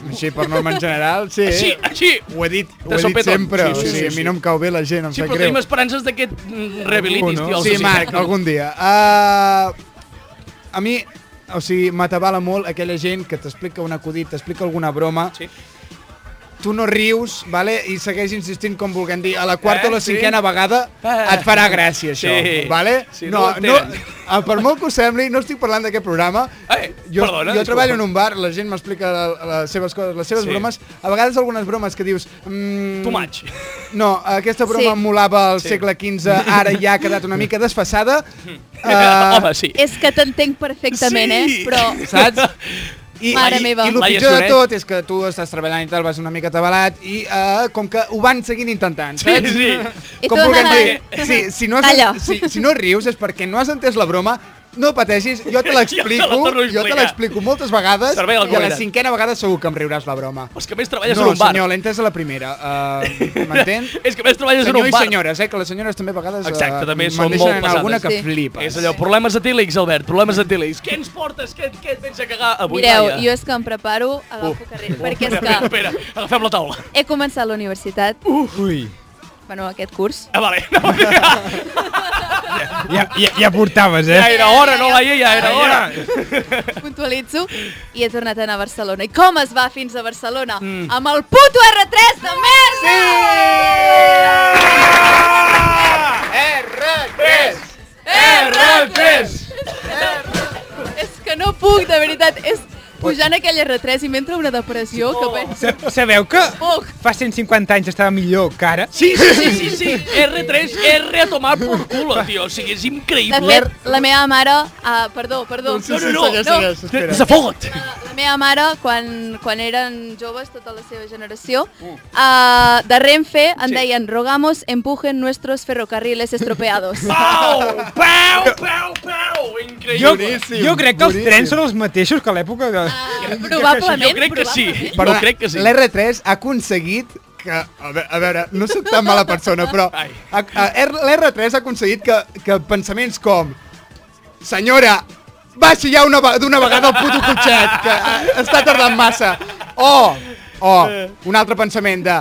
S3: així per norma en general, sí.
S1: Així, així.
S3: Ho he dit, ho
S1: De
S3: he dit
S1: sopetón.
S3: sempre.
S1: Sí, sí,
S3: o sigui,
S1: sí,
S3: a
S1: sí.
S3: mi no em cau bé la gent, em
S1: Sí,
S3: sap
S1: però
S3: greu.
S1: tenim esperances de que et mm, rehabilitis, tio. o
S3: Sí,
S1: sigui.
S3: Marc, algun dia. Uh, a mi, o sigui, m'atabala molt aquella gent que t'explica un acudit, t'explica alguna broma,
S1: sí.
S3: tu no rius, vale? i segueix insistint com vulguem dir, a la quarta
S1: Eh,
S3: eh, o la
S1: sí.
S3: cinquena vegada
S1: Eh.
S3: et farà gràcia això,
S1: Sí.
S3: vale?
S1: Sí, no ho entenen.
S3: ah, per molt que us sembli, no estic parlant d'aquest programa.
S1: Eh,
S3: jo,
S1: perdona,
S3: jo
S1: disculpa.
S3: treballo en un bar, la gent m'explica la- les seves coses, les seves
S1: Sí.
S3: sí. bromes, a vegades algunes bromes que dius... Mm,
S1: Too much.
S3: No, aquesta broma
S4: Sí.
S3: sí. molava al
S1: Sí.
S3: sí. segle XV, ara ja ha quedat una mica desfasada. Mm.
S1: Eh, home, sí.
S4: És que t'entenc perfectament, eh? Però...
S3: Saps?
S4: Mare
S3: i,
S4: meva.
S3: I el
S1: Laia
S3: pitjor de
S1: Sonet.
S3: tot és que tu estàs treballant i tal, vas una mica atabalat i uh, com que ho van seguint intentant,
S1: Sí,
S3: saps?
S1: sí.
S4: I
S3: Com
S4: tu,
S3: vulguem
S4: Nadal.
S3: dir, si, si, no has,
S4: Calla.
S3: si, si no rius és perquè no has entès la broma No pateixis, jo te l'explico,
S1: Jo te la torno a
S3: jo te
S1: explicar.
S3: l'explico moltes vegades
S1: Servei a la
S3: i a la
S1: comunitat.
S3: cinquena vegada segur que em riuràs la broma.
S1: És que a més treballes
S3: no,
S1: en un bar.
S3: senyor, l'he entès a la primera. Uh, M'entén?
S1: És que a més treballes en
S3: Senyor
S1: un
S3: i
S1: bar.
S3: senyores, eh, que les senyores també a vegades
S1: Exacte, també
S3: me'n
S1: són molt
S3: deixen en
S1: pesades.
S3: alguna que flipes.
S1: És allò, problemes etílics, Albert, problemes etílics. Què ens portes? Què, què et vens a cagar avui,
S4: Mireu,
S1: noia? Uh.
S4: jo és que em preparo, agafo
S1: Uf.
S4: carrer,
S1: Uf,
S4: perquè és
S1: espera,
S4: que
S1: Espera, agafem la taula.
S4: he començat la universitat,
S1: Uh.
S6: Ui.
S4: bueno, aquest curs.
S1: Ah, vale.
S6: Ja, ja, ja portaves, eh?
S1: Ja era hora, no, Laia? Ja era hora.
S4: puntualitzo i he tornat a anar a Barcelona. I com es va fins a Barcelona? Mm. Amb el puto R3 de merda!
S3: R3!
S17: R3!
S4: És que no puc, de veritat. És pujant aquell R3 i m'entra una depressió
S1: oh.
S4: que penso...
S6: Sa- Sabeu que
S4: Poc.
S6: fa 150 anys estava millor que ara?
S1: Sí, sí, sí, sí, sí. R3, R a tomar por culo, tio. O sigui, és
S4: De
S1: increïble.
S4: fet, la meva mare... Ah, perdó, perdó.
S1: No, no, no. Desafoga't.
S4: La meva mare, quan, quan eren joves, tota la seva generació, uh, de Renfe en
S1: Sí.
S4: deien «Rogamos, empujen nuestros ferrocarriles estropeados».
S1: Ah! Pau! Pau! Pau! Pau! Increïble.
S6: Jo, jo crec que els trens són els mateixos que a l'època de...
S4: Ah,
S1: probablement, Jo crec que sí. probablement. Jo crec que sí.
S3: L'R3 ha aconseguit que, a veure, a veure, no soc tan mala persona, però a- a- R- l'R3 ha aconseguit que, que pensaments com senyora, baixi ja una ve- d'una vegada el puto cotxet, que eh, està tardant massa. O, o un altre pensament de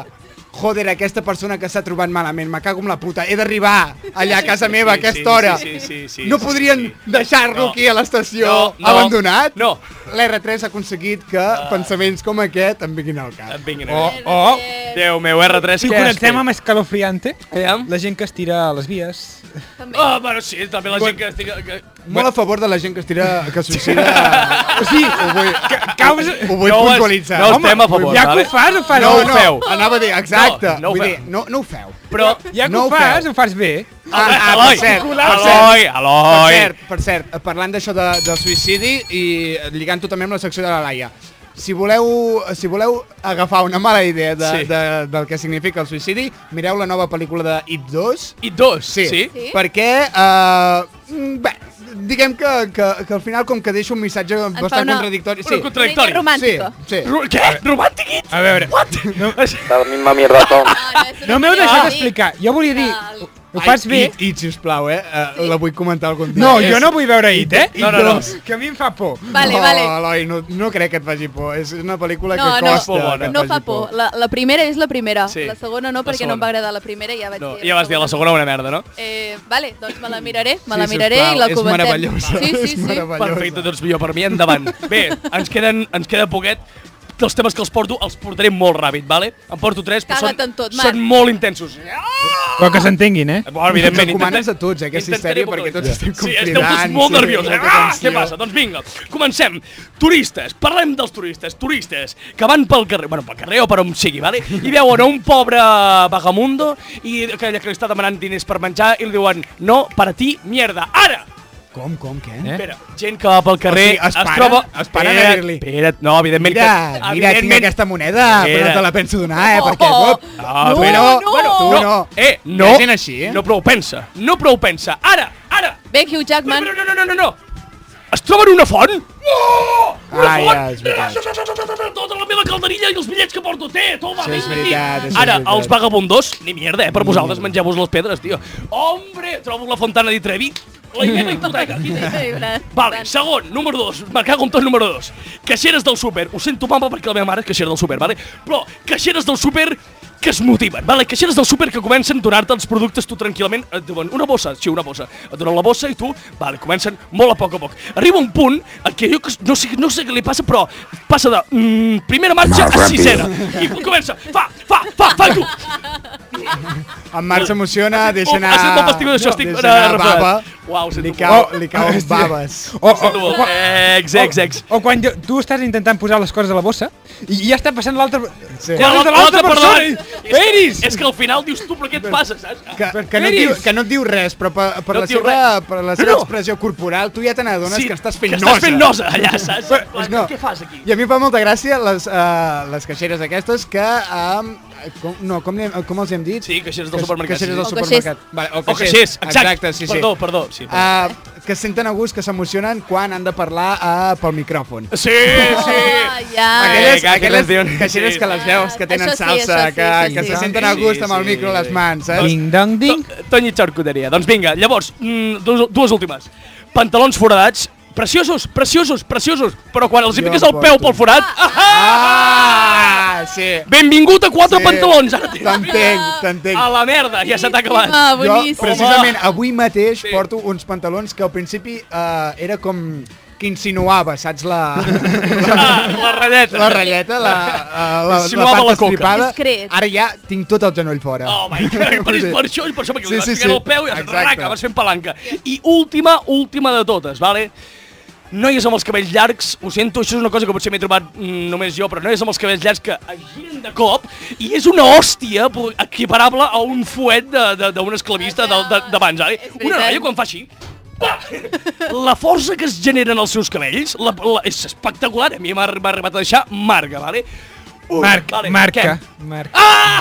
S3: joder, aquesta persona que s'ha trobat malament, me cago en la puta, he d'arribar allà a casa meva a
S1: Sí, sí,
S3: aquesta hora.
S1: sí, sí, sí, sí,
S3: no
S1: sí,
S3: podrien deixar-lo
S1: No.
S3: aquí a l'estació
S1: No, no.
S3: abandonat?
S1: No. Ah.
S3: L'R3 ha aconseguit que pensaments com aquest em vinguin al cap.
S1: Em vinguin
S6: O, o...
S1: Déu meu, R3,
S6: Oh,
S1: què has
S6: Si ho
S1: fet?
S6: connectem amb Escalofriante, la gent que es tira a les vies...
S1: Ah, bueno, sí, també la gent que estic... que-
S3: Molt a favor de la gent que es tira, que es suïcida.
S6: O sigui, ho vull, que, caus...
S3: Ho vull
S1: No ho es-
S3: puntualitzar.
S1: no estem a favor,
S6: Ja
S1: vale?
S6: que ho fas, ho fas
S3: No,
S6: bé.
S3: no, anava a dir, exacte.
S6: No, no ho
S3: vull
S6: feu.
S3: dir, no, no ho feu.
S1: Però
S6: ja que
S3: No
S6: ho
S3: ho feu.
S6: fas, ho fas bé.
S3: Ah, ah,
S6: Eloi,
S3: per cert, per
S6: Nicolau.
S3: cert,
S6: Eloi, Eloi.
S3: Per cert, per cert, parlant d'això de, del suïcidi i lligant-ho també amb la secció de la Laia, si voleu, si voleu agafar una mala idea de,
S1: Sí.
S3: sí. de, del que significa el suïcidi, mireu la nova pel·lícula de It 2.
S1: It 2,
S3: sí.
S1: sí.
S3: sí. Perquè, uh, bé, diguem que, que, que al final com que deixa un missatge
S1: fa
S3: bastant
S1: una-
S3: contradictori.
S1: una contradictòria. Una romàntica.
S3: Sí, sí.
S1: Ru- Què? Romàntic?
S6: A veure... No,
S15: La misma mierda son.
S4: Ah,
S6: no m'heu deixat explicar. Jo volia dir... Ho fas bé.
S3: It, it sisplau, eh? Uh, la vull comentar algun dia.
S6: No, jo no vull veure
S3: It,
S6: It, eh?
S3: No, no, no.
S6: Que a mi em fa por.
S4: Vale,
S3: no,
S4: vale.
S3: Eloi, no, no crec que et faci por. És una pel·lícula
S4: No,
S3: que
S4: no,
S3: costa. que et
S4: no
S3: faci
S4: fa por. La, la primera és la primera,
S1: Sí.
S4: sí. la segona no,
S1: La
S4: perquè no
S1: segona.
S4: em va agradar la primera i ja vaig
S1: No,
S4: dir...
S1: ja vas dir a la segona una merda, no?
S4: Eh, vale, doncs me la miraré, me
S1: Sí,
S4: la miraré
S1: sisplau,
S4: i la
S1: és
S4: comentem.
S1: meravellosa,
S4: Sí,
S1: és
S4: sí, sí.
S1: Perfecte, doncs millor per mi, endavant. Bé, ens, queden, ens queda poquet. Els temes que els porto, els portaré molt ràpid, vale? En porto tres, però
S4: Caga't
S1: són,
S4: en tot, Marc.
S1: són molt intensos.
S6: Però que s'entenguin, eh?
S1: Bueno, evidentment,
S3: Ens encomanes a tots, eh, aquesta història, perquè tots estem com cridant,
S1: Sí, esteu tots molt
S3: sí,
S1: nerviosos.
S3: molta
S1: Ah,
S3: tensió.
S1: què passa? Doncs vinga, comencem. Turistes, parlem dels turistes. Turistes que van pel carrer, bueno, pel carrer o per on sigui, vale? i veuen a un pobre vagamundo i que, que li està demanant diners per menjar i li diuen, no, per a ti, mierda, ara!
S3: Com, com, què?
S6: Eh?
S1: Espera, gent que va pel carrer
S3: Eh? O sigui, es paren-
S1: troba...
S3: es paren a
S1: Espera't,
S3: dir-li.
S1: Espera't, no, evidentment
S3: Mira,
S1: que...
S3: mira, tinc aquesta moneda, però no te la penso donar, eh, perquè...
S1: Oh,
S3: Oh,
S1: Ah,
S3: tu
S1: però-
S3: no,
S1: bueno,
S3: tu no.
S1: Eh, no.
S3: Hi ha gent així, eh?
S1: No prou pensa, no prou pensa. Ara, ara.
S4: Bé, Hugh Jackman.
S1: No, no, no, no, no, no. Es troben una font? No! Una
S3: Ah,
S1: font?
S3: ja, és veritat.
S1: Tota la meva calderilla i els bitllets que porto té, toma,
S3: Això és
S1: vingui.
S3: veritat, això és
S1: Ara,
S3: veritat.
S1: els vagabundos, ni mierda, eh, per vosaltres, mengeu-vos les pedres, tio. Hombre, trobo la fontana di Trevi, la meva hipoteca, aquí té. Vale, segon, número 2, me cago en tot número 2. Caixeres del súper, ho sento mama perquè la meva mare és caixera del súper, vale? Però caixeres del súper que es motiven, vale? Caixeres del súper que comencen a donar-te els productes tu tranquil·lament, et diuen una bossa, sí, una bossa, et donen la bossa i tu, vale, comencen molt a poc a poc. Arriba un punt en què jo que no sé, no sé què li passa, però passa de mm, primera marxa
S3: Marc
S1: a
S3: Ràpid.
S1: sisena. I comença, fa, fa, fa, fa, i tu,
S3: En Marc s'emociona, deixa
S1: Oh,
S3: anar...
S1: ha sigut molt festiu, això, estic
S3: Deixa anar
S1: refredat.
S3: bava.
S1: Uau, sento
S3: Li
S1: molt.
S3: cau,
S1: Oh,
S3: li cau
S1: hòstia.
S3: baves.
S6: O, o,
S1: Sento molt.
S6: quan-
S1: Ex, ex, ex.
S6: O, o oh, quan jo- tu estàs intentant posar les coses a la bossa i ja està passant l'altra... Sí.
S1: Quan
S6: de l'altra persona! i-
S1: És, Peris! És que al final dius tu, però què et passa, saps?
S3: Que, que, no et diu, que no et diu res, però per, per,
S1: No
S3: la,
S1: et diu
S3: seva,
S1: res.
S3: per la seva
S1: No.
S3: expressió corporal tu ja te n'adones
S1: Sí,
S3: que estàs fent
S1: que
S3: nosa.
S1: estàs fent nosa, allà, saps? Clar,
S3: no.
S1: Doncs Què fas aquí?
S3: I a mi em fa molta gràcia les, uh, les caixeres aquestes que... Um, com, no, com, li, hem- com els hem dit?
S1: Sí, caixeres del
S3: Caix-
S1: supermercat,
S3: Caixeres
S1: sí.
S3: del
S1: O
S3: supermercat. Vale,
S1: O caixers, exacte.
S3: Exacte, sí, sí.
S1: Perdó, perdó, sí. sí,
S3: uh, que es senten a gust, que s'emocionen quan han de parlar uh, pel micròfon.
S1: Sí, sí.
S4: Ah, ja.
S3: Aquelles,
S1: Eh, que
S3: aquelles
S1: canciones,
S3: caixeres
S1: sí.
S3: que les veus, que tenen
S4: Això sí,
S3: salsa,
S4: això sí,
S3: que,
S4: sí,
S3: que
S4: sí.
S3: se senten a gust amb el micro a les mans, saps?
S6: Ding dong ding.
S1: To- Toni Xarcuderia. Doncs vinga, llavors, mm, dues, dues últimes. Pantalons foradats, preciosos, preciosos, preciosos, però quan els hi
S3: Jo
S1: piques el peu
S3: porto.
S1: pel forat... Ah,
S3: Ah, sí.
S1: Benvingut a quatre
S3: Sí.
S1: pantalons! Ara t'he-
S3: T'entenc, t'entenc.
S1: A la merda, ja se t'ha acabat.
S4: Ah,
S3: Jo,
S4: boníssim.
S3: precisament, avui mateix sí. porto uns pantalons que al principi eh, era com que insinuava, saps, la...
S1: Ah, la ratlleta.
S3: La ratlleta, la, eh, la, la
S1: Insinuava
S3: part
S1: la coca.
S3: estripada.
S4: Discret.
S3: Ara ja tinc tot el genoll fora.
S1: Oh my God, per, per això, per això, perquè
S3: Sí,
S1: sí, li vas
S3: sí,
S1: sí, picant
S3: sí.
S1: el peu i
S3: Exacte.
S1: raca, vas fent palanca. I última, última de totes, vale? Noies amb els cabells llargs, ho sento, això és una cosa que potser m'he trobat mm, només jo, però noies amb els cabells llargs que es giren de cop i és una hòstia po- equiparable a un fuet de- de- d'un esclavista de- de- d'abans, vale? Una
S4: veritat.
S1: noia quan fa així, pa! la força que es genera en els seus cabells la, la, és espectacular, a mi m'ha m'ha arribat a deixar marga, vale? Uh,
S6: Marc, marca.
S1: Què?
S6: Marc.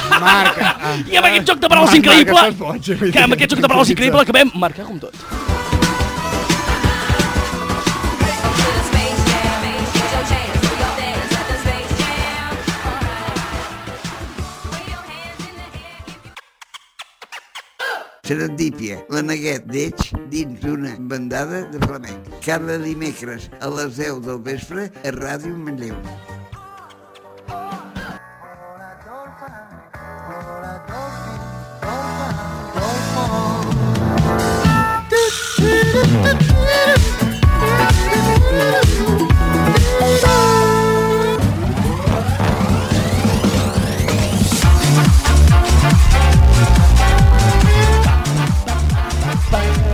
S3: Marca. Ah.
S1: I amb aquest joc de paraules
S3: Marc,
S1: increïble,
S3: Marc, estàs boig, vull
S1: que amb
S3: dir,
S1: aquest joc de paraules increïble acabem marcar com tot.
S2: Serendípia, la neguet d'Eix dins d'una bandada de flamenc. Cada dimecres a les 10 del vespre a Ràdio Manlleu.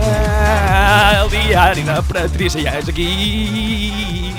S1: Ah, El diari de Patricia ja és aquí.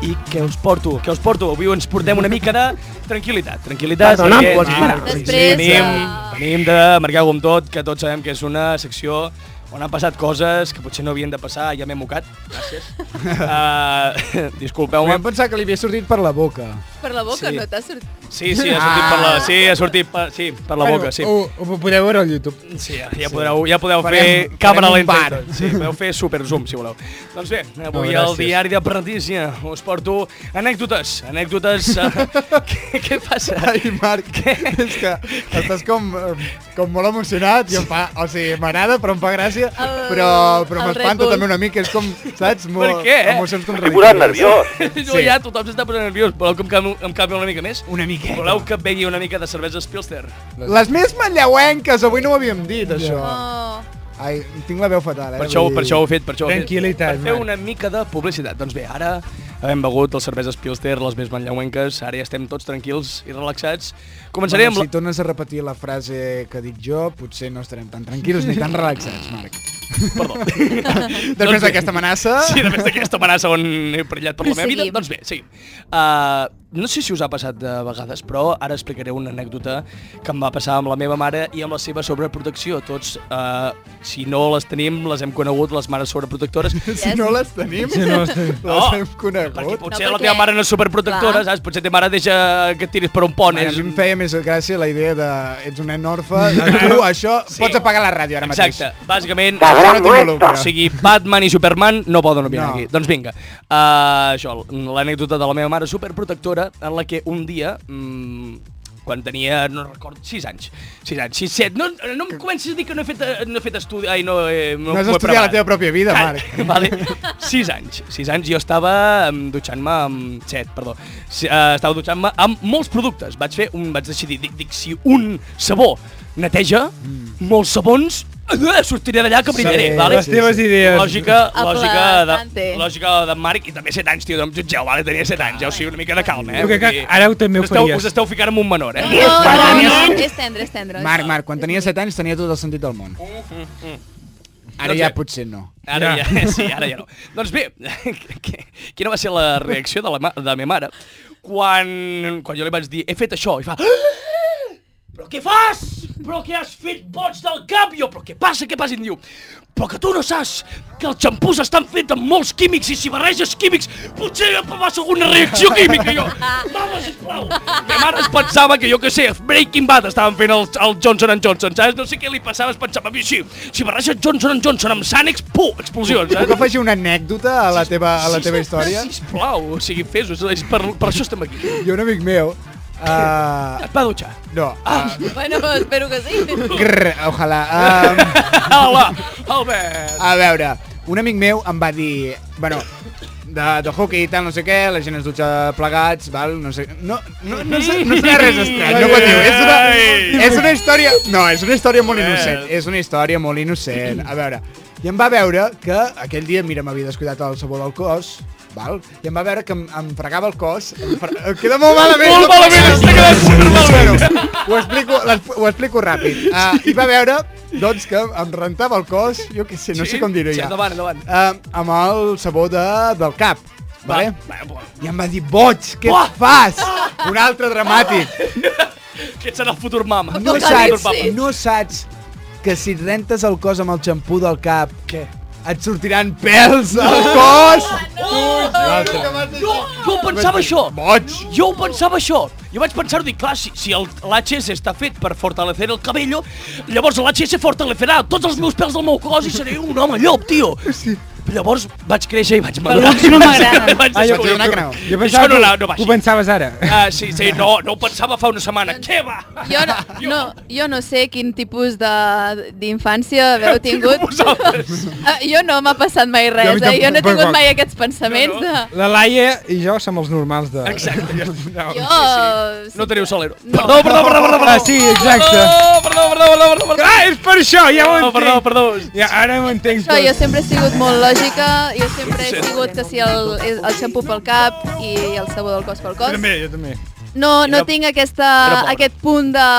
S1: I què us porto? Què us porto? Avui ens portem una mica de tranquil·litat. Tranquil·litat.
S15: Perdona,
S1: perquè-
S15: em pots parar?
S4: Després,
S1: venim,
S4: eh,
S1: venim de Marqueu amb tot, que tots sabem que és una secció on han passat coses que potser no havien de passar, ja m'he mocat, gràcies. Uh,
S3: Home,
S1: Disculpeu-me.
S3: em pensava que li havia sortit per la boca.
S4: Per la boca
S1: Sí.
S4: no t'ha sortit.
S1: Sí, sí, ha sortit per la, sí, ha sortit per, sí, per la boca, sí.
S6: Ho, ho podeu veure al YouTube.
S1: Sí, ja, ja podeu, ja podeu
S3: Farem-
S1: fer càmera
S3: farem un
S1: lenta. i
S3: bar.
S1: tot. Sí, podeu fer super zoom, si voleu. Doncs bé, avui
S3: No,
S1: al
S3: gràcies.
S1: diari de Patricia us porto anècdotes, anècdotes... eh, què, què passa?
S3: Ai, Marc,
S1: Què?
S3: és que estàs com, eh, com molt emocionat i em fa... O sigui, m'agrada, però em fa gràcia,
S4: El-
S3: però, però
S4: el Red
S3: m'espanta
S4: Bull.
S3: també una mica. És com, saps, molt,
S1: què?
S3: emocions
S15: Estic posat
S3: contradictòries.
S15: nerviós.
S1: No, ja tothom s'està posant nerviós. Voleu que em canvi, em canvi una mica més?
S3: Una miqueta.
S1: Voleu que begui una mica de cervesa Spilster?
S3: Les més manlleuenques, avui no ho havíem dit, això.
S4: Oh.
S3: Ai, tinc la veu fatal, eh?
S1: Per això,
S3: vull
S1: per
S3: dir-
S1: això ho he fet, per això ho he fet.
S6: Tranquil·litat,
S1: Per fer
S6: Marc.
S1: una mica de publicitat. Doncs bé, ara hem begut les cerveses Pilster, les més manlleuenques, ara ja estem tots tranquils i relaxats. Començaré
S3: Bueno,
S1: amb... la-
S3: si tornes a repetir la frase que dic jo, potser no estarem tan tranquils ni tan relaxats, Marc.
S1: Perdó. Doncs
S3: Després d'aquesta amenaça...
S1: Sí, després d'aquesta amenaça on he perillat per la meva vida.
S4: Proseguim.
S1: Doncs bé, sí. Uh, no sé si us ha passat de vegades, però ara explicaré una anècdota que em va passar amb la meva mare i amb la seva sobreprotecció. Tots, uh, si no les tenim, les hem conegut, les mares sobreprotectores.
S3: Si no les tenim,
S6: Si no les tenim.
S1: No,
S3: les hem
S1: Perquè
S3: conegut.
S1: potser
S4: No,
S1: la
S4: perquè-
S1: teva mare no és superprotectora,
S4: Clar.
S1: saps? Potser ta mare deixa que et tiris per un pont.
S3: Mare,
S1: és-
S3: a mi em feia més gràcia la idea de ets un nen orfe, tu això,
S1: Sí.
S3: sí. pots apagar la ràdio ara mateix.
S1: Exacte, bàsicament...
S15: Cabrón,
S3: Ara té
S15: muerto.
S3: involucra.
S1: O sigui, Batman i Superman no poden opinar
S3: No.
S1: no. aquí. Doncs vinga, uh, això, l'anècdota de la meva mare superprotectora en la que un dia... Mm, quan tenia, no recordo, 6 anys. 6 anys, 6, 7. No, no em comencis a dir que no he fet, eh, no he fet estudi... Ai, no, eh,
S3: No has
S1: ho he
S3: estudiat
S1: preparat.
S3: la teva pròpia vida,
S1: Calla,
S3: Marc.
S1: Vale. 6 anys. 6 anys jo estava em, dutxant-me amb... 7, perdó. Si- eh, estava dutxant-me amb molts productes. Vaig fer un... Vaig decidir, dic, dic si un sabó neteja, mm. molts sabons, eh, sortiré d'allà que brillaré,
S3: Sí,
S1: vale?
S6: les teves idees.
S1: Lògica, lògica, de,
S4: Aplastante.
S1: lògica de Marc, i també 7 anys, tio, no em jutgeu, vale? Tenia 7 anys, ja, o sigui, una mica de calma, eh?
S6: Jo crec
S1: Vull
S6: que
S1: dir,
S6: ara ho també ho
S1: us esteu,
S6: faries.
S1: us esteu ficant en un menor, eh?
S4: No, no, no, és tendre, és tendre.
S3: Marc, Marc, quan tenia 7 anys tenia tot el sentit del món.
S1: Mm, No
S3: Ara ja
S1: sé.
S3: potser no.
S1: Ara ja. ja, sí, ara ja no. Doncs bé, que- que- quina va ser la reacció de la, ma- de la meva mare quan, quan jo li vaig dir he fet això, i fa... "Ah! Però què fas? però que has fet boig del cap, jo, però què passa, què passa, i em diu, però que tu no saps que els xampús estan fets amb molts químics i si barreges químics potser passa alguna reacció química, I jo. Mama, sisplau. Ma mare es pensava que jo que sé, Breaking Bad estaven fent el, el Johnson and Johnson, saps? No sé què li passava, es pensava, a mi sí, si barreges Johnson and Johnson amb Sanex, puh, explosions,
S3: Puc
S1: saps?
S3: afegir una anècdota a la teva, a la teva història?
S1: Sisplau, o sigui, fes-ho, és per, per això estem aquí.
S3: Jo, un amic meu... Uh,
S1: Et va dutxar?
S3: no, eh,
S1: Ah,
S4: Bueno, espero que sí.
S3: grrr, ojalà. Um,
S1: hola, Albert.
S3: A veure, un amic meu em va dir... Bueno, de, de hockey i tal, no sé què, la gent es dutxa plegats, val, no sé... No, no, no, sé, no serà res estrany, no patiu. És una, és una història... No, és una història molt innocent.
S1: Eh.
S3: És una història molt innocent. A veure, i em va veure que aquell dia, mira, m'havia descuidat el sabó del cos, val? I em va veure que em, em fregava el cos. Em fre... em Queda molt malament.
S1: Molt malament, està quedant supermalament.
S3: Bueno, ho explico, l'exp- ho explico ràpid. Uh, I va veure, doncs, que em rentava el cos, jo què sé, no
S1: Sí?
S3: sé com dir-ho
S1: Sí,
S3: ja.
S1: endavant, endavant.
S3: Uh, amb el sabó de, del cap. Vale?
S1: Va, va, va.
S3: I em va dir, boig, què
S1: Buah!
S3: fas? Un altre dramàtic.
S1: Aquest serà el futur mama.
S3: No
S1: Aquest serà el futur
S3: saps,
S1: papa.
S3: no saps que si et rentes el cos amb el xampú del cap,
S1: Què?
S3: et sortiran pèls al cos?
S1: Jo, jo ho pensava això. Boig. Jo ho pensava això. Jo vaig pensar-ho, dic, clar, si, si el- l'HS està fet per fortalecer el cabello, llavors l'HS fortalecerà tots els meus pèls del meu cos i seré un home llop, tio. Sí. Llavors vaig créixer i vaig madurar.
S18: llops no m'agraden.
S1: Vaig
S3: Ah, jo-
S1: descobrir-
S3: jo- jo-
S6: Jo
S1: Això
S6: pensava
S1: no, la-
S6: que
S1: no va
S6: ho
S1: així.
S6: pensaves ara.
S1: Ah, sí, sí, no, no ho pensava fa una setmana. Què va?
S4: Jo no, no, jo no sé quin tipus de- d'infància heu tingut. Ah, jo no m'ha passat mai
S6: Jo a
S4: res,
S6: mi
S4: eh? Jo no he
S6: tampoc.
S4: tingut mai aquests pensaments de...
S6: La Laia i jo som els normals de...
S1: Exacte.
S6: No.
S4: Jo...
S1: No teniu solero. Perdó, perdó, perdó, perdó, Oh, perdó.
S6: Ah, sí, exacte.
S1: Perdó, perdó, perdó, perdó, perdó, perdó.
S6: Ah, és per això, ja ho
S1: Perdó,
S6: entenc.
S1: perdó, perdó.
S6: Ja, ara ho entenc
S4: Això,
S6: tot.
S4: jo sempre he sigut molt lògica, jo sempre he sigut que si el, el xampú pel cap i el sabó del cos pel
S6: Jo
S4: cos.
S6: també, jo també.
S4: No, no
S1: Era-
S4: tinc aquesta,
S1: era pobre.
S4: aquest punt de,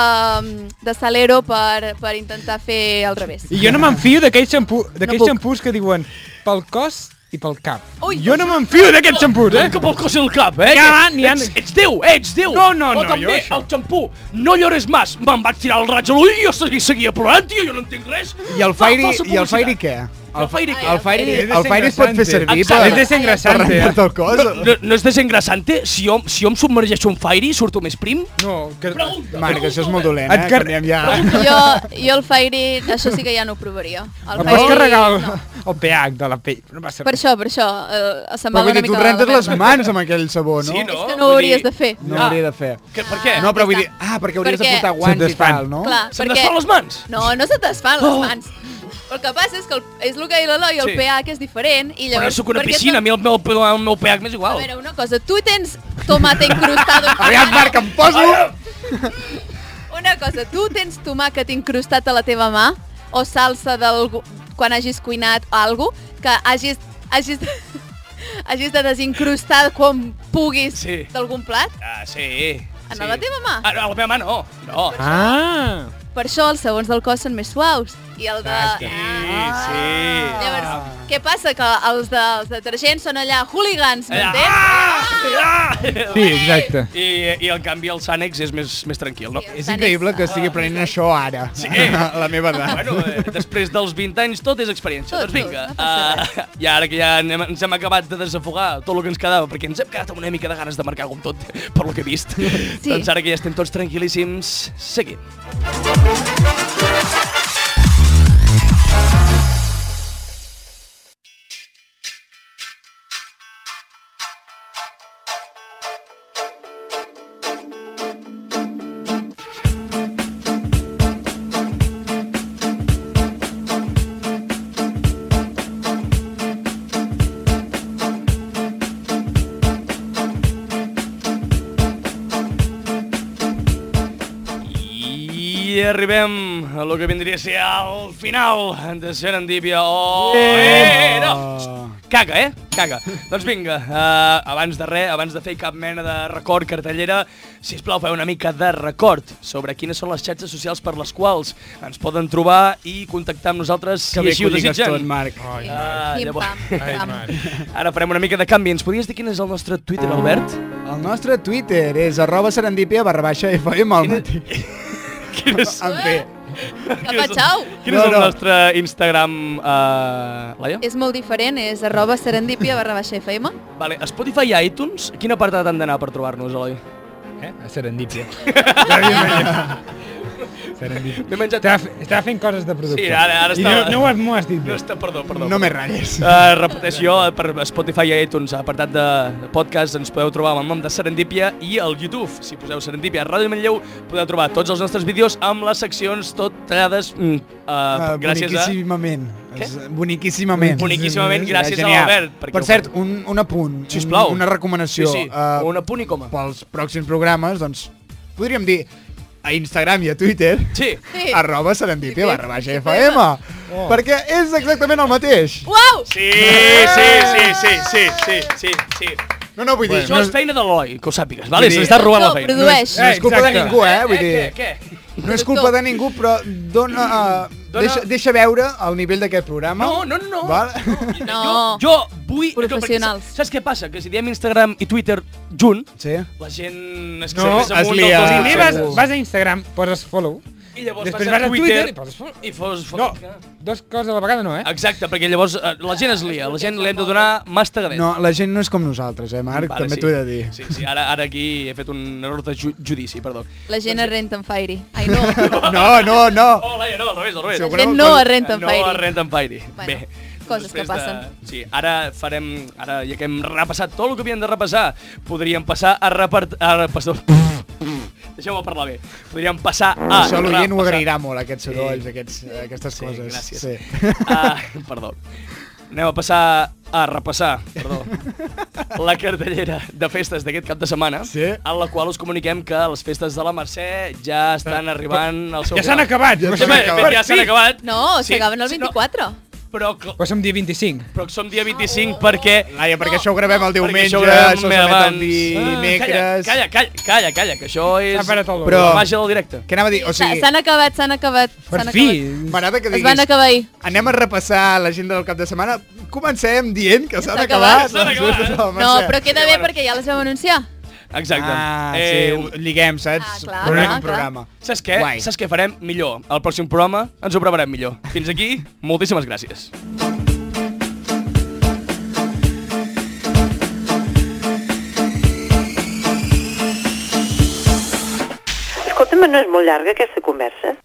S4: de salero per, per intentar fer al revés.
S6: I jo no m'enfio d'aquells xampu, d'aquells
S4: puc.
S6: xampús que diuen pel cos i pel cap.
S4: Ui.
S6: jo no m'enfio d'aquests xampús, eh?
S1: Que pel cos i el cap, eh?
S6: Ja
S1: Que
S6: va, n'hi ha-
S1: Ets, ets Déu, eh, ets Déu.
S6: No, no,
S1: o
S6: no,
S1: també,
S6: jo això.
S1: el xampú, no llores més. Me'n vaig tirar el raig a l'ull i jo seguia, seguia plorant, tio, jo no entenc res.
S3: I el
S1: Fa-
S3: Fairy,
S1: falsa
S3: i el Fairy
S1: publicitat.
S3: què?
S1: El Fairy què?
S3: El Fairy,
S4: Eh,
S6: És
S3: el Fairy es pot fer servir per...
S1: Exacte.
S6: És eh? desengraçante.
S3: Per rentar el cos?
S1: No, no, no és desengraçante? Si jo, si jo em submergeixo en Fairy, surto més prim?
S6: No, que...
S1: Pregunta,
S3: Mare, que això és
S1: Albert.
S3: molt dolent, eh?
S6: Et car-
S3: Canviem ja.
S4: Jo, jo el Fairy, això sí que ja no ho provaria.
S6: El pots carregar el,
S4: No.
S6: el pH de la pell, però no passa
S4: Per
S6: res.
S4: això, per això, eh, se'm va
S3: Però vull
S4: una
S3: dir, tu
S4: mica
S3: et rentes les mans amb aquell sabó, no?
S1: Sí, no?
S4: És que no ho
S1: Vull
S4: hauries
S1: dir-
S4: de fer.
S3: No
S1: Ah.
S3: hauria de fer.
S1: Que, per què?
S3: No, però vull
S4: ja
S3: dir... Ah, perquè hauries de
S4: Perquè-
S3: portar guants i
S6: desfan.
S3: tal, no?
S4: Clar,
S1: Se'm
S4: Ah, perquè...
S1: desfan les mans?
S4: No, no se t'esfan les
S1: Oh.
S4: mans. El que passa és que el, és el que i l'Eloi, el
S1: Sí.
S4: pH és diferent i
S1: Però
S4: llavors...
S1: jo sóc una
S4: perquè
S1: piscina, a
S4: tu-
S1: mi el meu, el meu pH m'és
S4: A
S1: igual.
S4: veure, una cosa, tu tens tomata incrustada...
S3: Aviam, Marc, em poso...
S4: Una cosa, tu tens tomàquet incrustat a la teva mà o salsa d'algú, quan hagis cuinat algo, que hagis, hagis, hagis de desincrustar quan puguis
S1: Sí.
S4: d'algun plat?
S1: Ah, sí.
S4: En
S1: sí.
S4: la teva mà?
S1: Ah, no, a la meva mà no. No.
S6: Ah!
S4: Per això els segons del cos són més suaus i el de...
S1: Ah,
S4: Ah.
S1: sí.
S4: Llavors, què passa? Que els, de, els detergents són allà hooligans, m'entens?
S1: Ah! Ah!
S6: Sí, exacte.
S1: I, I en canvi el Sànex és més, més tranquil, no?
S4: Sí.
S3: És increïble que estigui prenent això ara, a la meva edat.
S1: eh. Bueno, eh, després dels 20 anys tot és experiència.
S4: Tot,
S1: doncs vinga,
S4: tot, no passa
S1: eh, i ara que ja anem, ens hem acabat de desafogar tot el que ens quedava, perquè ens hem quedat amb una mica de ganes de marcar com tot, per lo que he vist.
S4: Sí.
S1: Doncs ara que ja estem tots tranquil·líssims, seguim. I arribem a lo que vindria a ser el final de Serendipia. Oh, eh, eh, no.
S3: Ah.
S1: Caga, eh? Caga. doncs vinga, uh, abans de res, abans de fer cap mena de record cartellera, si us plau, feu una mica de record sobre quines són les xarxes socials per les quals ens poden trobar i contactar amb nosaltres si així ho desitgen.
S3: tot, Marc.
S1: Ah,
S4: Pim,
S1: llavors-
S4: pam, pim, pam.
S1: Ara farem una mica de canvi. Ens podies dir quin és el nostre Twitter,
S3: Ah.
S1: Albert?
S3: El nostre Twitter és arroba serendipia barra baixa fm al matí.
S1: Quines...
S3: En fi.
S4: Apa, xau!
S1: Quin és el nostre Instagram, uh, Laia?
S4: És molt diferent, és arroba serendipia barra baixa FM.
S1: Vale, a Spotify i a iTunes, quin apartat han d'anar per trobar-nos, Eloi?
S6: Eh? A Serendipia.
S1: M'he menjat...
S6: Estava, estava fent coses de producte.
S1: Sí, ara- ara
S6: I
S1: estava-
S6: no, no ho has, m'ho has dit bé.
S1: No està, perdó, perdó.
S3: No me ratlles.
S1: Uh, repetició per Spotify i iTunes, a apartat de de podcast, ens podeu trobar amb el nom de Serendipia i al YouTube. Si poseu Serendipia a Ràdio Manlleu, podeu trobar tots els nostres vídeos amb les seccions totades mm, uh,
S3: Uh,
S1: gràcies a...
S3: boniquíssimament. Es- Boniquíssimament. eh,
S1: Boniquíssimament, gràcies a
S3: Genial.
S1: l'Albert, perquè
S3: Per
S1: ho
S3: cert, un, un apunt,
S1: Sisplau.
S3: Un, una recomanació. eh,
S1: Sí, sí, un apunt i coma.
S3: Pels pròxims programes, doncs, podríem dir a Instagram i a Twitter,
S1: sí.
S4: Sí.
S3: arroba serendipia barra baixa FM,
S1: Oh.
S3: perquè és exactament el mateix.
S4: Uau!
S1: Sí, sí, sí, sí, sí, sí, sí, sí.
S3: No, no, vull dir...
S1: Això
S3: no
S1: és feina de l'Eloi, que ho sàpigues, vale?
S3: Vull
S1: Se
S3: dir-
S1: n'està robant la
S4: No,
S1: feina.
S4: produeix.
S3: No és culpa de
S6: Exacte.
S3: ningú, eh? Vull dir,
S1: Què?
S3: no és culpa de ningú, però dona, uh,
S1: Dona-
S3: Deixa, deixa veure el nivell d'aquest programa.
S1: No, no, no.
S3: Val?
S4: No.
S1: Jo vull...
S4: Professionals.
S1: Jo, perquè, saps què passa? Que si diem Instagram i Twitter junt,
S3: Sí.
S1: la gent es
S6: No,
S1: queixés
S3: es
S1: amunt
S3: lia.
S1: dels dos
S6: I
S1: i
S6: vas,
S1: vas,
S6: vas a Instagram, poses follow,
S1: i llavors
S6: després
S1: vas a Twitter,
S6: i poses follow.
S1: i fos... fos
S6: No, dos coses a la vegada no, eh?
S1: Exacte, perquè llavors eh, la gent es lia, la gent li hem de donar mastegadet.
S3: No, la gent no és com nosaltres, eh, Marc? També
S1: sí.
S3: t'ho he de dir.
S1: Sí, sí, ara, ara aquí he fet un error de ju judici, perdó.
S4: La gent es renta en Fairy. Ai, no.
S3: No, no, no.
S1: Oh, Laia, no, al revés, al revés.
S3: Si ho
S4: La gent no es renta en
S1: No a
S4: Fairy.
S1: Rent en Fairy.
S4: Bueno,
S1: Bé.
S4: coses que
S1: després
S4: passen.
S1: De... Sí, ara farem... Ara, ja que hem repassat tot el que havíem de repassar, podríem passar a repart... A repassar... Deixeu-me parlar bé. Podríem passar a...
S3: Això l'oient ho
S1: repassar-
S3: agrairà molt, aquests sorolls,
S1: Sí.
S3: aquests, aquestes
S1: Sí,
S3: coses.
S1: gràcies.
S3: Sí.
S1: Ah, perdó. Anem a passar a repassar, perdó, la cartellera de festes d'aquest cap de setmana,
S3: Sí.
S1: en la qual us comuniquem que les festes de la Mercè ja estan arribant al seu
S6: Ja s'han
S1: final.
S6: acabat.
S3: Ja
S6: però
S1: Sí,
S3: s'han
S6: som-
S1: bé,
S3: acabat.
S1: bé, ja s'han acabat.
S4: No, s'acaben el
S1: sí,
S4: 24.
S1: No, però, cl-
S6: Però som dia 25.
S1: però som dia 25 perquè...
S3: Laia, perquè això ho gravem Ah, el
S1: perquè
S3: diumenge,
S1: això
S3: això,
S1: ho gravem
S3: això
S1: més
S3: s'emet el
S1: abans. Ah,
S3: dimecres...
S1: Calla, calla, calla, calla, calla, que això és
S6: S'ha parat el
S3: Però-
S1: la màgia del directe.
S3: Què anava a dir? O
S4: S'ha-
S3: sigui,
S4: S'han acabat, s'han acabat.
S6: Per
S4: s'han
S6: fi.
S4: acabat.
S3: m'agrada que
S4: Es van
S3: diguis...
S4: acabar ahir.
S3: Anem a repassar l'agenda del cap de setmana. Comencem dient que s'han
S4: s'ha
S3: acabat.
S4: acabat.
S1: S'han acabat.
S4: No, però queda bé perquè ja les vam anunciar.
S1: Exacte. Eh,
S3: Ah, sí, ho lliguem, saps?
S4: Ah, clar,
S3: Programa
S4: clar,
S3: en programa.
S1: Saps què?
S3: Guai.
S1: Saps què farem millor? El pròxim programa ens ho preparem millor. Fins aquí, moltíssimes gràcies.
S15: Escolta'm, no és molt llarga aquesta conversa?